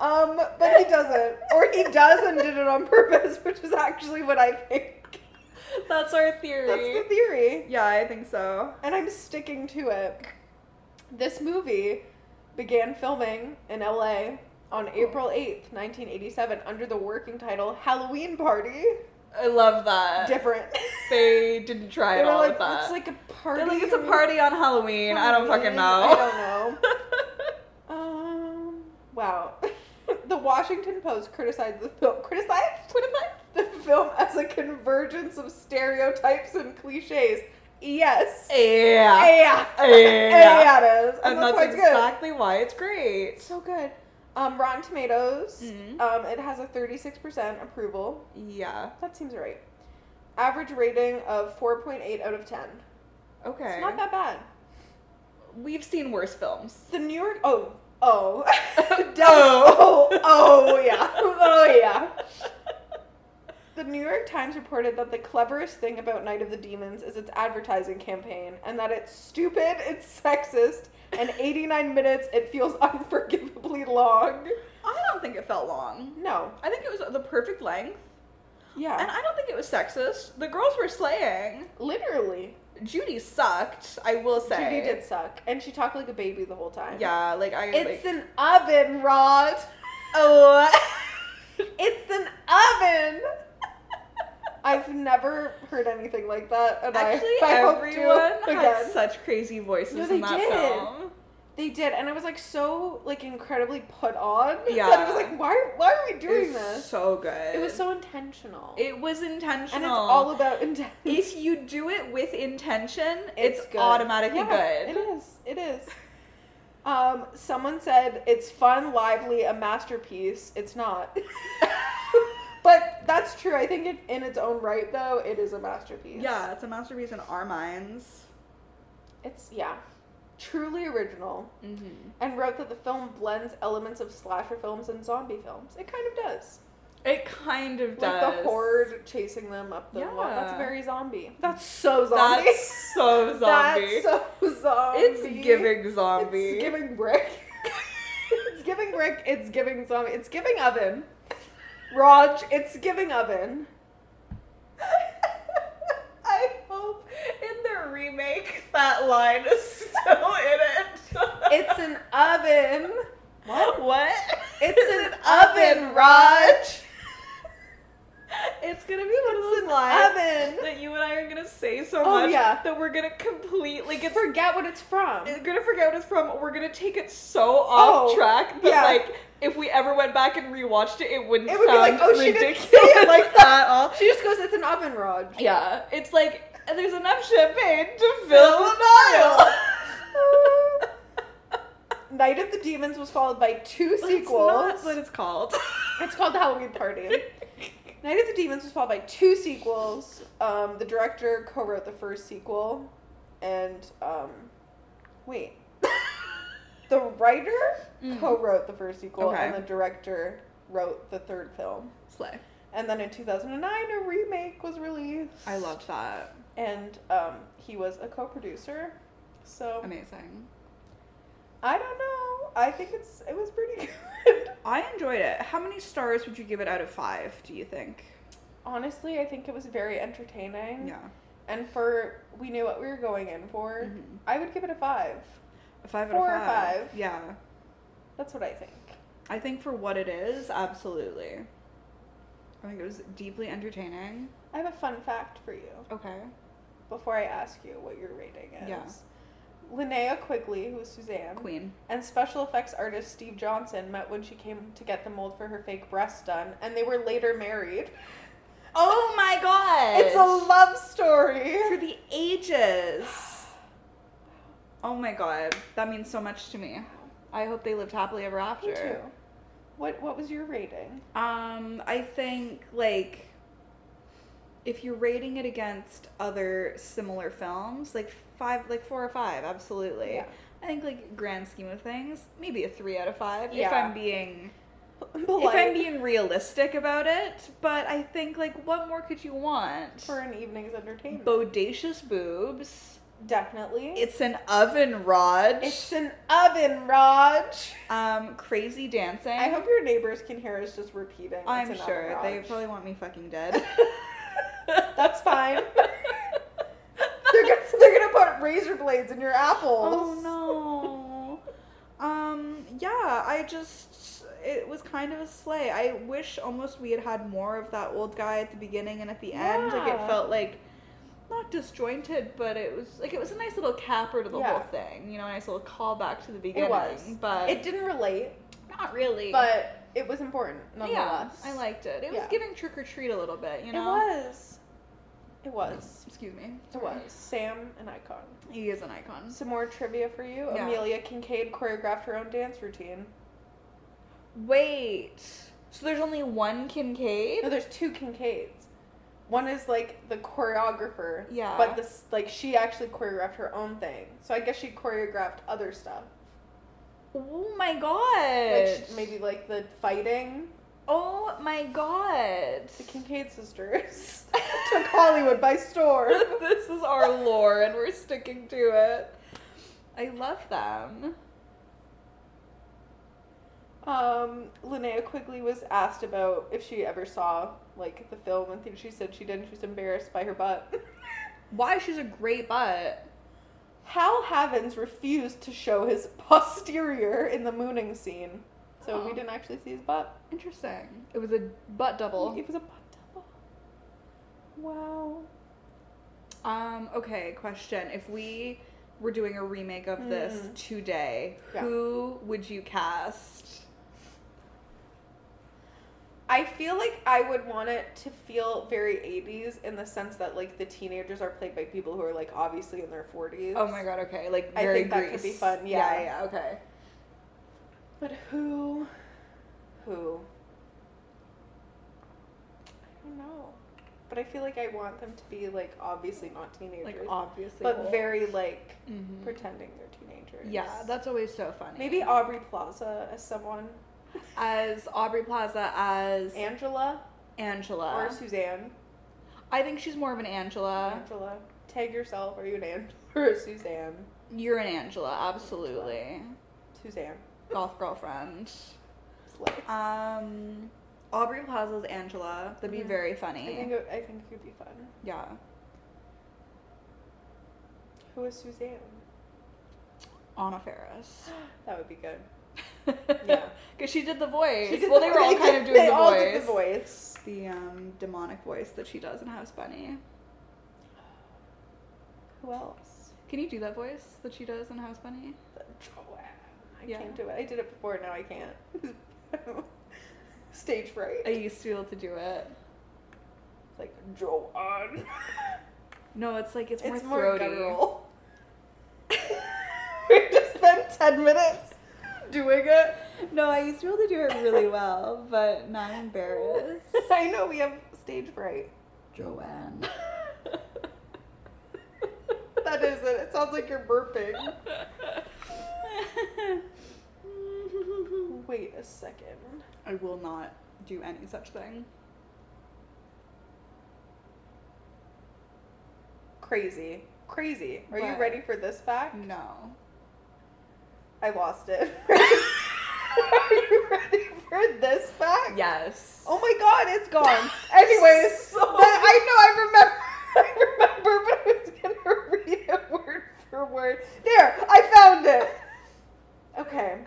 Um, but he doesn't, or he does and did it on purpose, which is actually what I think.
That's our theory.
That's the theory.
yeah, I think so.
and I'm sticking to it. This movie began filming in LA on April 8th, 1987, under the working title Halloween Party.
I love that.
Different.
They didn't try
They
it
were
all
like,
with that.
it's like a party.
They're like, it's a party on Halloween. I don't fucking know.
I don't Um, wow. the Washington Post criticized the film. Criticized? Criticized the film as a convergence of stereotypes and cliches. Yes.
yeah.
Yeah.
Yeah.
Yeah, it is.
And,
that's,
that's,
why it's good.
exactly why it's great.
So good. Um, Rotten Tomatoes.
Mhm.
Um, it has a 36% approval.
yeah.
That seems right. Average rating of 4.8 out of 10.
Okay.
It's not that bad.
We've seen worse films.
The New York. Oh. Oh.
Oh.
oh. Oh, yeah. Oh, yeah. The New York Times reported that the cleverest thing about Night of the Demons is its advertising campaign, and that it's stupid, it's sexist, and 89 minutes, it feels unforgivably long.
I don't think it felt long.
No.
I think it was the perfect length.
Yeah.
And I don't think it was sexist. The girls were slaying.
Literally.
Judy sucked, I will say.
Judy did suck, and she talked like a baby the whole time.
Yeah, like I
It's
like,
an oven, Rod.
oh
It's an oven. I've never heard anything like that, and I-
Actually,
I, hope to
everyone had
again.
such crazy voices
No, they
in that
did.
film.
they did, and I was like so like incredibly put on.
Yeah.
that I was like, why? Why are we
It
doing
was
this?
so good.
It was so intentional,
It was intentional.
and it's all about intention.
if you do it with intention, it's,
good.
automatically
Yeah,
good.
It is. It is. Um, someone said it's fun, lively, a masterpiece. It's not. but that's true. I think it, in its own right, though, it is a masterpiece.
Yeah, it's a masterpiece in our minds.
It's yeah, truly original.
Mm-hmm.
And wrote that the film blends elements of slasher films and zombie films. It kind of does.
It kind of does.
Like the horde chasing them up the wall. That's
Yeah.
very zombie. That's so zombie.
That's so zombie.
That's so zombie.
It's giving zombie.
It's giving brick. it's giving brick. It's giving zombie. It's giving oven. Raj, it's giving oven.
I hope in their remake that line is still in it.
It's an oven.
what? What?
It's an oven, Raj.
It's gonna be one of those lines
Oven.
that you and I are gonna say so
Oh,
much
yeah.
that we're gonna completely get.
Forget what it's from.
we're gonna forget what it's from. We're gonna take it so off
Oh,
track that
yeah.
like if we ever went back and rewatched it, it wouldn't.
It would be
sound
like, oh, she didn't
ridiculous
say it like that.
at all.
She just goes, it's an oven, Raj.
Yeah, it's like there's enough champagne to fill the Nile.
Night of the Demons was followed by two
It's
sequels.
not what it's called.
It's called the Halloween Party. Night of the Demons was followed by two sequels. Um, the director co-wrote the first sequel, and um, wait, the writer
Mm.
co-wrote the first sequel,
Okay.
and the director wrote the third film.
Slay.
And then in 2009, a remake was released.
I loved that.
And um, he was a co-producer, so
Amazing.
I don't know. I think it's it was pretty good.
I enjoyed it. How many stars would you give it out of five, do you think?
Honestly, I think it was very entertaining.
Yeah.
and for we knew what we were going in for,
Mhm.
I would give it a five.
A five out
Four or
of five.
five.
Yeah.
That's what I think.
I think for what it is, absolutely. I think it was deeply entertaining.
I have a fun fact for you
Okay.
before I ask you what your rating is.
Yeah.
Linnea Quigley, who was Suzanne,
Queen.
and special effects artist Steve Johnson met when she came to get the mold for her fake breast done, and they were later married.
Oh my god!
It's a love story.
for the ages. Oh my god, that means so much to me. I hope they lived happily ever after.
Me too. What What was your rating?
Um, I think like if you're rating it against other similar films, like five, like four or five, absolutely.
Yeah.
I think like grand scheme of things, maybe a three out of five if
Yeah.
I'm being
Polite
if I'm being realistic about it. But I think like what more could you want?
for an evening's entertainment,
Bodacious boobs.
definitely.
It's an oven rod.
It's an oven, Raj.
um crazy dancing.
I hope your neighbors can hear us just repeating. it's
I'm
an
sure
oven,
they
Raj.
probably want me fucking dead.
That's fine. they're gonna They're gonna put razor blades in your apples.
Oh no. um yeah, I just it was kind of a sleigh. I wish almost we had had more of that old guy at the beginning and at the end. Like it
Yeah.
felt like not disjointed, but it was like it was a nice little capper to the
Yeah.
whole thing. You know, a nice little callback to the beginning.
It was,
But
it didn't relate,
not really.
but it was important
yeah,
nonetheless.
I liked it. It was
Yeah.
giving trick or treat a little bit, you know.
It was. It was.
Excuse me.
It was. Sam, an icon.
He is an icon.
Some more trivia for you.
Yeah.
Amelia Kincaid choreographed her own dance routine.
Wait. So there's only one
No,
Kincaid?
there's two Kincaids. One is like the choreographer.
Yeah.
But this, like, she actually choreographed her own thing. So I guess she choreographed other stuff.
Oh my god.
Like, she, maybe like the fighting.
Oh my god.
The Kincaid sisters took Hollywood by storm.
this is our lore and we're sticking to it. I love them.
Um, Linnea Quigley was asked about if she ever saw like the film, and she said she didn't. She was embarrassed by her butt.
Why? She's a great butt.
Hal Havens refused to show his posterior in the mooning scene, so we
Oh.
didn't actually see his butt.
Interesting. It was a butt double.
It was a butt double. Wow.
Um, okay, question. If we were doing a remake of this
Mm.
today,
Yeah.
who would you cast?
I feel like I would want it to feel very 80s in the sense that like the teenagers are played by people who are like obviously in their 40s.
Oh my god, okay. Like
I
very
think that could be
Grease.
fun, yeah.
yeah, yeah okay.
But who? Who? I don't know. But I feel like I want them to be like obviously not teenagers,
like obviously
but
old.
very like
Mhm.
pretending they're teenagers.
yeah that's always so funny
maybe Aubrey Plaza as someone,
as aubrey plaza as
Angela
angela
or Suzanne.
i think she's more of an angela
Angela, tag yourself. Are you an Angela or a Suzanne?
you're an angela absolutely
Suzanne.
golf girlfriend
Slay.
um aubrey plaza's angela that'd be
Mhm.
very
I
funny
think it, I think it could be fun.
yeah
Who is Suzanne?
anna ferris
That would be good. Yeah.
because she did the voice
She did
well
the-
they were all kind of
did-
doing
they
the
all
voice
did the voice.
the um demonic voice that she does in house bunny
Who else?
can you do that voice that she does in house bunny
The Joanne. I
Yeah.
can't do it. I did it before. Now I can't. Stage fright.
i used to be able to do it
It's like Joanne.
No, it's like it's,
it's
more
more
throaty.
guttural. we just spent ten minutes doing it.
No, I used to be able to do it really well, but now I'm embarrassed.
I know we have stage fright.
Joanne.
That is it. It sounds like you're burping. Wait a second.
I will not do any such thing.
Crazy. Crazy. Are you
What?
ready for this fact?
No.
I lost it. Are you ready for this fact?
Yes.
Oh my god, it's gone. Anyways, that- I know I remember. I remember, but I was gonna read it word for word. There, I found it. Okay.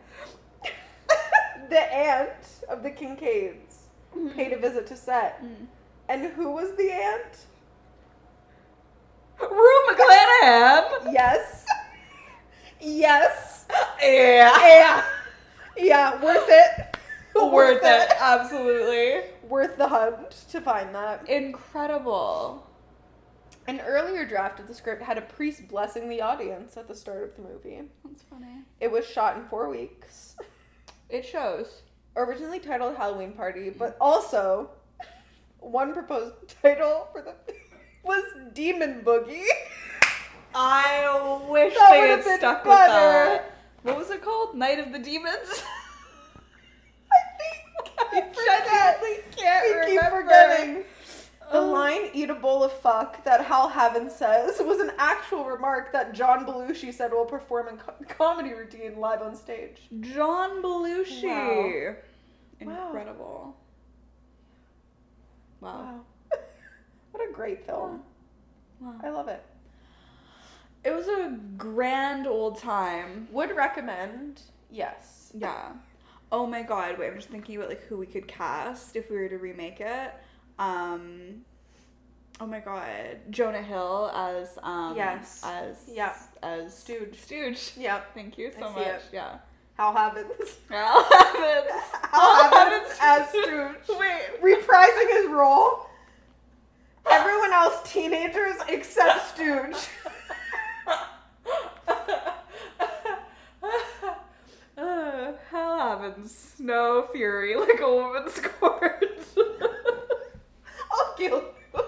the aunt of the Kincaids paid a visit to set,
Mm-hmm. Mm.
and who was the aunt?
Rue McClanahan.
Yes. Yes.
Yeah.
Yeah. Yeah, worth it. Uh,
Worth it. Absolutely.
Worth the hunt to find that.
Incredible.
An earlier draft of the script had a priest blessing the audience at the start of the movie.
That's funny.
It was shot in four weeks.
It shows.
Originally titled Halloween Party, but also one proposed title for the was Demon Boogie.
I wish
That
they
would've
had
been
stuck
better.
with that. What was it called? Night of the Demons?
I think I
genuinely
I
can't
keep
remember.
forgetting. The
Oh.
line "eat a bowl of fuck" that Hal Haven says was an actual remark that John Belushi said while performing co- comedy routine live on stage.
John Belushi.
Wow.
Incredible. Wow.
what a great film!
Wow.
I love it.
It was a grand old time.
Would recommend. Yes.
Yeah. Oh my god, wait, I'm just thinking about like who we could cast if we were to remake it. Um Oh my god. Jonah Hill as um
Yes.
as
Yeah.
as Stooge. Stooge.
Yep.
Thank you so
I see
much.
it.
Yeah.
Hal Havens.
Al Evans.
Hal Havens as Stooge.
Wait.
reprising his role. Everyone else teenagers except Stooge.
Uh, Hal Evans. No fury like a woman's scorned.
I'll kill you.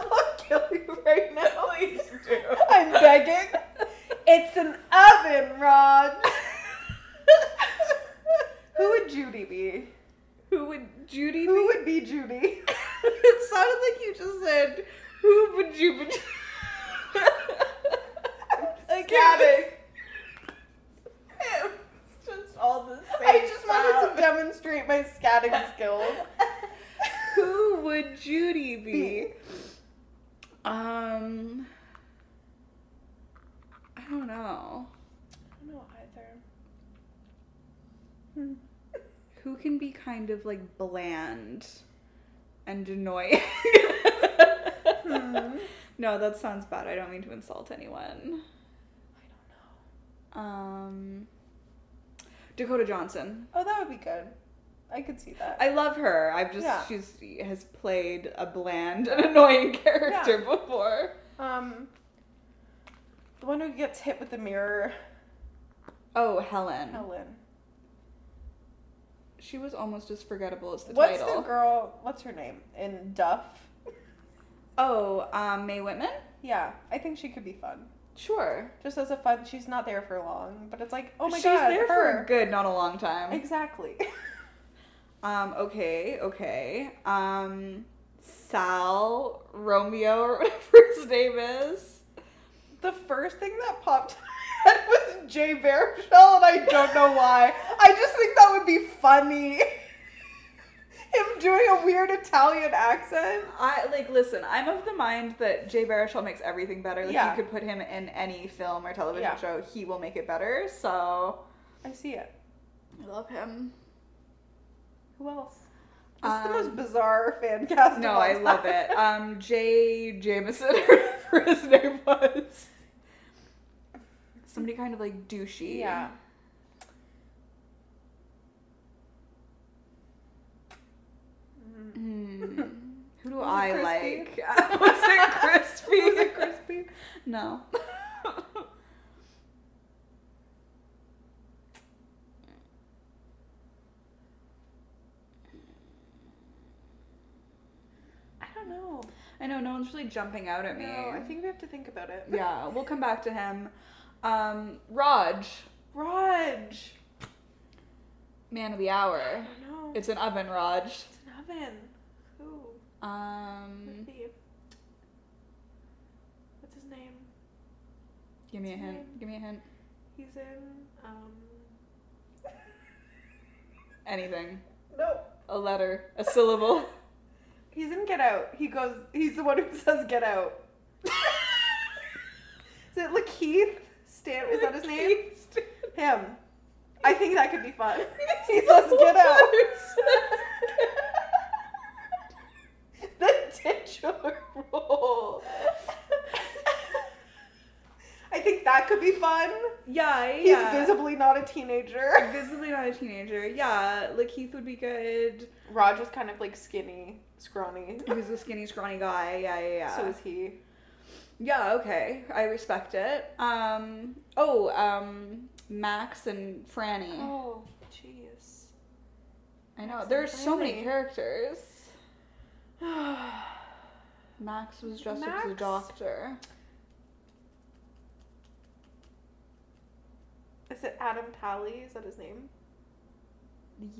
I'll kill you right now.
Please do.
I'm begging. It's an oven, Rod. Who would Judy be?
Who would Judy
Who
be?
would be Judy?
it sounded like you just said, "Who would you be?" I
Stabbing.
It's just all the same.
I just wanted to demonstrate my scatting skills.
Who would Judy be?
Be.
Um, I don't know.
I don't know either.
Who can be kind of like bland and annoying? Mm-hmm.
Hmm.
No, that sounds bad. I don't mean to insult anyone.
I don't know.
Um, Dakota Johnson.
Oh, that would be good. I could see that.
I love her. I've just
Yeah.
she's has played a bland and annoying character before.
Um, the one who gets hit with the mirror,
Oh, Helen.
Helen.
She was almost as forgettable as the
What's
title.
the girl? What's her name? In Duff.
oh, um, May Whitman.
Yeah, I think she could be fun.
Sure.
Just as a fun, she's not there for long, but it's like, oh my
She's
god,
there
her.
for a good, not a long time.
Exactly.
Um, okay, okay. Um, Sal Romeo or whatever his name is.
the first thing that popped in my head was Jay Baruchel, and I don't know why. I just think that would be funny. Him doing a weird Italian accent.
I like listen. I'm of the mind that Jay Baruchel makes everything better. Like
Yeah.
you could put him in any film or television
Yeah.
show, he will make it better. So
I see it.
I love him.
Who else? This is the
Um,
most bizarre fan cast. of
No,
all
I love
time.
it. Um, Jay Jameson, or whatever his name was. Somebody kind of like douchey.
Yeah.
Hmm. Who do
Was it
I like?
crispy?
was it crispy?
Was it crispy?
No.
I don't know.
I know no one's really jumping out at me.
No, I think we have to think about it.
yeah, we'll come back to him. Um, Raj,
Raj.
man of the hour.
I don't know.
It's an oven, Raj.
It's an oven. Who? Mm-hmm.
Um,
What's his name?
give me a hint. Give me a hint.
He's in. Um.
Anything.
No.
A letter. A syllable.
He's in Get Out. He goes. He's the one who says Get Out. Is it Lakeith Stan? Is that his name? Him. I think that could be fun. He says Get Out. the titular role. I think that could be fun.
Yeah,
He's
yeah.
visibly not a teenager.
Visibly not a teenager. Yeah, like Heath would be good.
Raj was kind of like skinny, scrawny.
He was a skinny, scrawny guy. Yeah, yeah, yeah.
So is he.
yeah, okay. I respect it. Um. Oh, um. Max and Franny.
Oh, jeez.
I know. There are so many
Franny.
characters. Max was dressed up as a
Max?
doctor.
Is it Adam Pally? Is that his name?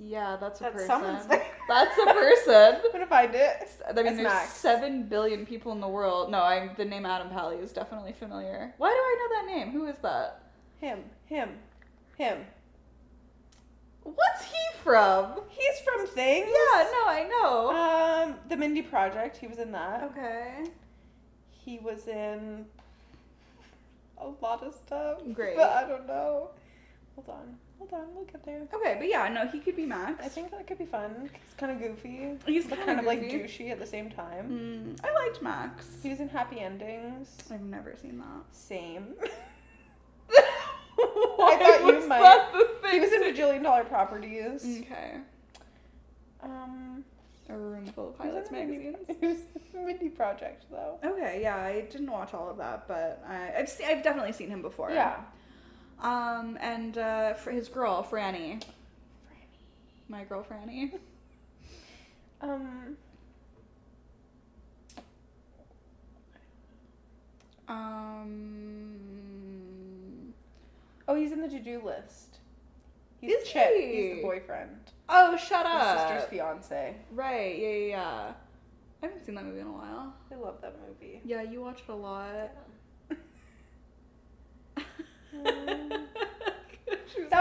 Yeah, that's a
That's
person.
someone's name.
That's a person.
I'm gonna find it.
I mean,
It's
there's
Max.
seven billion people in the world. No, I the name Adam Pally is definitely familiar. Why do I know that name? Who is that?
Him, him, him.
What's he from?
He's from Things.
Yeah, no, I know.
Um, The Mindy Project. He was in that.
Uh, okay.
He was in a lot of stuff.
Great.
But I don't know. Hold on. Hold on. We'll get there.
Okay, but yeah, no, he could be Max.
I think that could be fun. He's kind of goofy.
He's
but
kinda
kind of like
goofy.
douchey at the same time.
Mm, I liked Max.
He was in Happy Endings.
I've never seen that.
Same.
Why
thought you
was
might.
that the thing?
he was in Bajillion Dollar Properties.
okay.
Um,
A room full of
he was
pilots
in the Mindy-
magazines.
He was in the Mindy Project though.
Okay, yeah, I didn't watch all of that, but I, I've seen, I've definitely seen him before.
Yeah.
Um, and uh, for his girl Franny. Franny. My girl Franny.
Um,
Um.
oh, he's in the to-do list. He's
Is
Chip.
he?
He's the boyfriend.
Oh, shut
His
up.
sister's fiance.
Right. Yeah, yeah. yeah. I haven't seen that movie in a while.
I love that movie.
Yeah, you watch it a lot.
That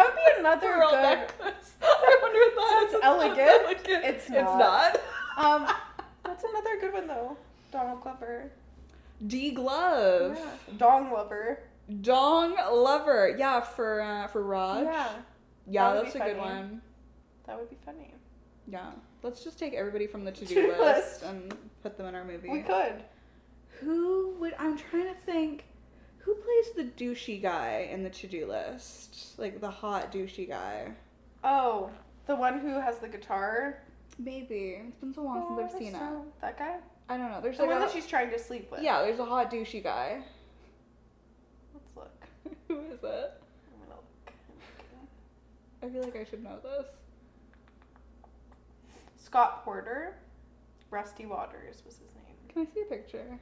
would be another
Pearl
good-
necklace. I wonder if that
Sounds
is-
elegant.
sounds elegant.
It's
It's
not.
not.
Um, that's another good one though. Donald Glover.
D glove.
Yeah. Dong Glover.
Dong lover. Yeah, for uh, for Raj.
Yeah,
Yeah,
that would
that's a
be
good
funny.
one.
that would be funny.
Yeah. Let's just take everybody from the to-do
To-do
list,
list.
and put them in our movie.
We could.
Who would I'm trying to think who plays the douchey guy in the to-do list? Like the hot douchey guy.
Oh, the one who has the guitar. Oh,
Maybe. It's been so long since Oh, I've seen it.
That guy.
I don't know. There's
The
like
one
a-
that she's trying to sleep with.
Yeah, there's a hot douchey guy.
Let's look.
who is it?
I'm gonna look. I'm looking.
I feel like I should know this.
Scott Porter. Rusty Waters was his name.
Can I see a picture?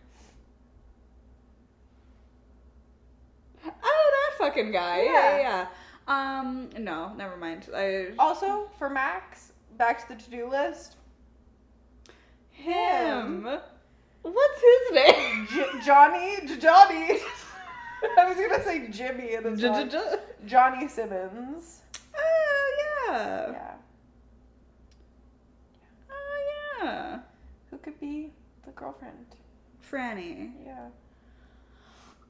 Oh, that fucking guy. Yeah, yeah.
Yeah.
yeah. Um, no, never mind. I
Also, for Max, back to the to-do list.
him. What's his name?
J- Johnny, J- Johnny. I was gonna say Jimmy, and it's
J-
John-
j- j-
Johnny Simmons.
Oh yeah.
Yeah.
Oh yeah.
Who could be the girlfriend?
Franny.
Yeah.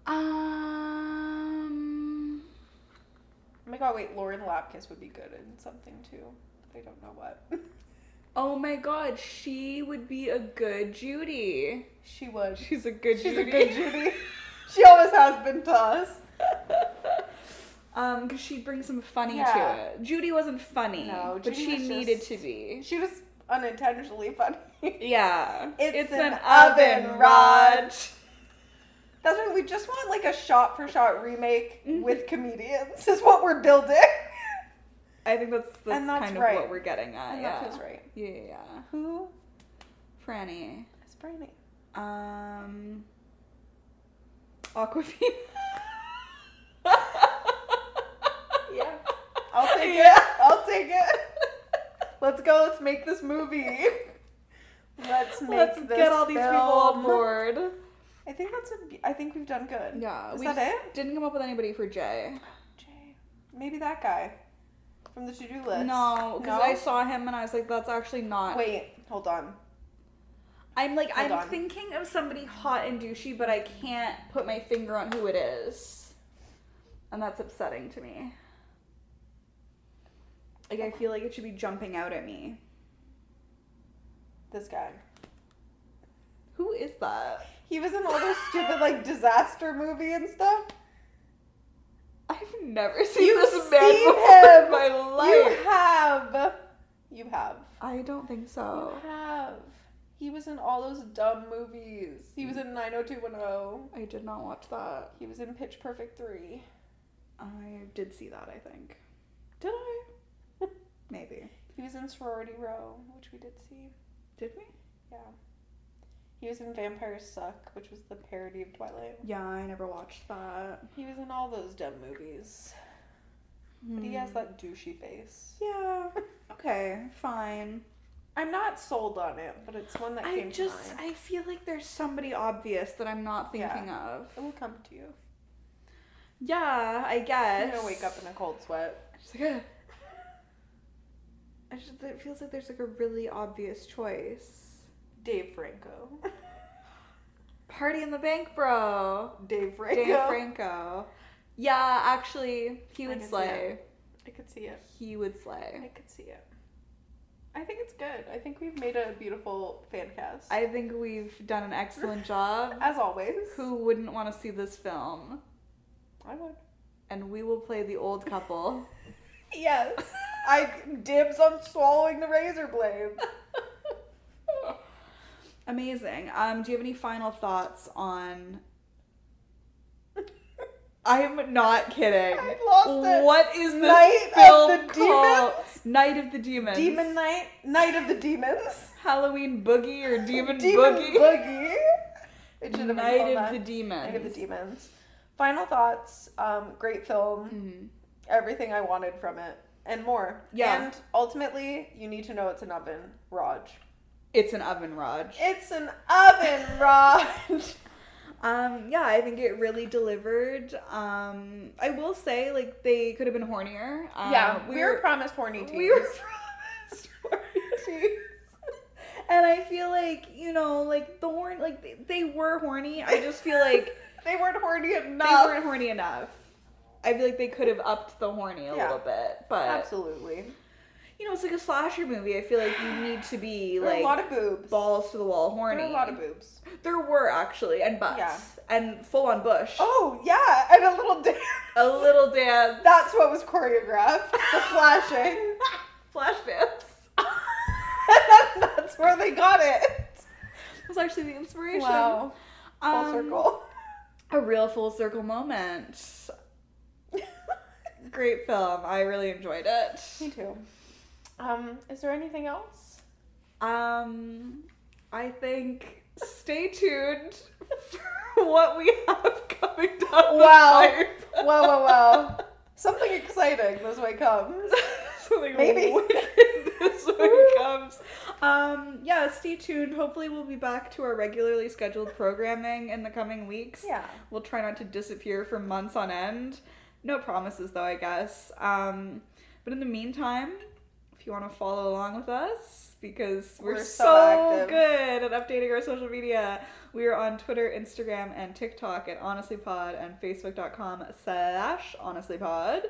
Oh
Um.
Oh my god, wait, Lauren Lapkus would be good in something too. I don't know what.
Oh my God, she would be a good Judy.
she would.
She's a good
She's
Judy.
a good Judy. she always has been to us.
um, because she brings some funny
Yeah.
to it. Judy wasn't funny,
No,
but
Judy
she
was
needed
just-
to be.
She was unintentionally funny.
Yeah,
It's an oven, Raj.
Raj.
That's what we just want like a shot for shot remake
Mm-hmm.
with comedians is what we're building.
I think that's, that's,
And that's
kind
right.
of what we're getting at.
And
yeah,
that feels right.
Yeah, yeah, yeah.
Who
Franny.
is Franny?
Um, Aquafina.
Yeah. I'll take it.
Yeah.
I'll take it. Let's go, let's make this movie. Let's make
Let's
this
get all these people on
film.
board.
I think that's a be- I think we've done good.
Yeah,
Is
we
that
just
it?
didn't come up with anybody for Jay.
Jay. Maybe that guy from the to-do list.
No, because I saw him and I was like, that's actually not.
Wait, hold on.
I'm like,
Hold
I'm
on.
thinking of somebody hot and douchey, but I can't put my finger on who it is, and that's upsetting to me. Like, I feel like it should be jumping out at me.
This guy.
Who is that?
He was in all those stupid like disaster movie and stuff.
I have never seen
You've
this man
seen
before
him.
in my life.
You have. You have.
I don't think so.
You have. He was in all those dumb movies. He was in 90210.
I did not watch that.
He was in Pitch Perfect 3.
I did see that, I think. Did I? Maybe.
He was in Sorority Row, which we did see.
Did we?
Yeah. He was in Vampires Suck, which was the parody of Twilight.
Yeah, I never watched that.
He was in all those dumb movies. But he has that douchey face.
Yeah. Okay, fine.
I'm not sold on it, but it's one that
I
came
just
to mind.
I feel like there's somebody obvious that I'm not
Yeah.
thinking of.
It will come to you.
Yeah, I
I'm
guess.
gonna wake up in a cold sweat.
It's like a, I just, it feels like there's like a really obvious choice.
Dave Franco.
Party in the Bank, bro.
Dave Franco.
Dave Franco. Yeah, actually, he
I
would
can see
slay.
I could see it.
He would
I
slay.
could see it. I think it's good. I think we've made a beautiful fan cast.
I think we've done an excellent job.
As always.
Who wouldn't want to see this film?
I would.
And we will play the old couple.
Yes. I dibs on swallowing the razor blade.
Amazing. Um, do you have any final thoughts on? I'm not kidding.
I lost it.
What is this
Night of
film
the
called?
Demons?
Night of the Demons.
Demon Night, Night of the Demons,
Halloween Boogie or Demon,
Demon
Boogie?
Boogie. It should have been
Night
called
of
that.
the Demons.
Night of the Demons. Final thoughts. Um, great film.
Mhm.
Everything I wanted from it and more.
Yeah.
And ultimately, you need to know it's an oven, Raj.
It's an oven Raj.
It's an oven, Raj.
Um, yeah, I think it really delivered. Um, I will say, like, they could have been hornier. Um,
yeah, we, were, promised horny teens.
we were promised horny teens. and I feel like you know, like the horn, like they, they were horny. I just feel like
they weren't horny
they
enough.
weren't horny enough. I feel like they could have upped the horny a
Yeah.
little bit, but
Absolutely.
you know, it's like a slasher movie. I feel like you need to be
There were
like
a lot of boobs.
balls to the wall
There
horny.
were a lot of boobs.
There were actually, and butts,
Yeah.
and full on bush.
Oh yeah, and a little dance.
A little dance.
That's what was choreographed. The flashing.
Flash dance.
That's where they got it.
was actually the inspiration.
Wow. Full
Um,
circle.
A real full circle moment.
Um,
Great film. I really enjoyed
Me
it.
too. Um, is there anything else?
Um, I think stay tuned for what we have coming down
Wow.
the pipe.
Wow, wow, wow. Something exciting this way comes.
Something
Maybe.
wicked this way comes. Um, yeah, stay tuned. Hopefully, we'll be back to our regularly scheduled programming in the coming weeks.
Yeah.
We'll try not to disappear for months on end. No promises, though, I guess. Um, but in the meantime, if you want to follow along with us, because we're,
We're so
so,
active.
good at updating our social media, we are on Twitter, Instagram, and TikTok at honestlypod and facebook.com slash honestlypod.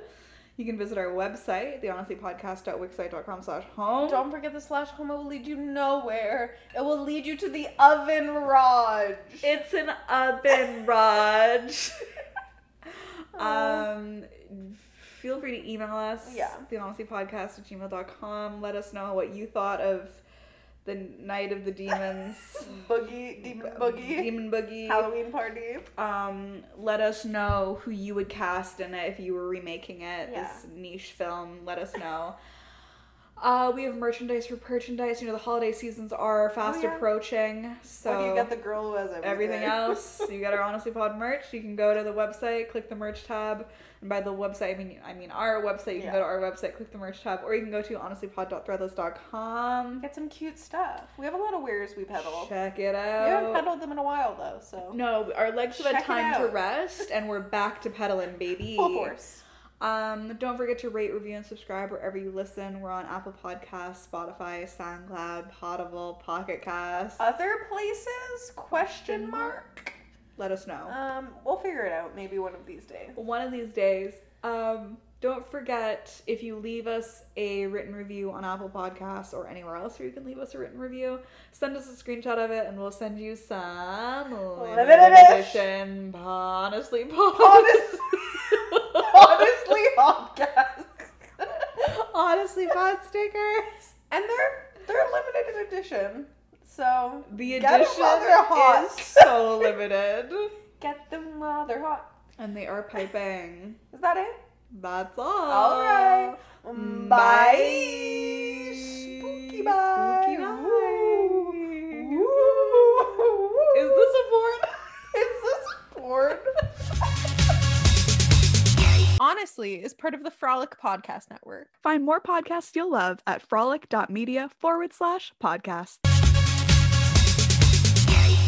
You can visit our website, thehonestlypodcast.wixsite.com slash home.
Don't forget the slash home. It will lead you nowhere. It will lead you to the oven Raj.
It's an oven, Raj.
Uh,
um, feel free to email us.
Yeah.
The Honesty Podcast at gmail.com. Let us know what you thought of the Night of the Demons.
Boogie, deep boogie.
Demon Boogie.
Halloween party.
Um, let us know who you would cast in it if you were remaking it.
Yeah.
This niche film. Let us know. Uh, we have merchandise for merchandise. You know the holiday seasons are fast
Oh, yeah.
approaching, so
Where do you get the girl who has everything?
everything else you got our honestly pod merch you can go to the website click the merch tab and by the website i mean i mean our website you can go to
Yeah.
our website click the merch tab or you can go to honestlypod.threadless.com
Get some cute stuff. We have a lot of wares we pedal.
check it
We haven't
out
pedaled them in a while though, so
no our legs have had
Check it
time to
out.
rest and we're back to pedaling baby
full force.
Um, don't forget to rate, review, and subscribe wherever you listen. We're on Apple Podcasts, Spotify, SoundCloud, Podable, Pocket Cast.
Other places? Question mark.
Let us know.
Um, we'll figure it out maybe one of these days.
one of these days. Um, don't forget if you leave us a written review on Apple Podcasts or anywhere else where you can leave us a written review, send us a screenshot of it and we'll send you some limited
Limited
edition honestly
Honest-
honestly
podcast. Honestly, pod stickers. And they're they're limited edition. So
The
Get 'em
edition
while they're hot.
is so limited.
get them while they're hot.
And they are piping.
Is that it?
That's all.
All right.
Mm,
Bye.
bye.
Spooky bye.
Spooky bye.
Woo.
Is this a porn?
Is this porn? Honestly, is part of the Frolic Podcast Network.
Find more podcasts you'll love at frolic.media forward slash podcast.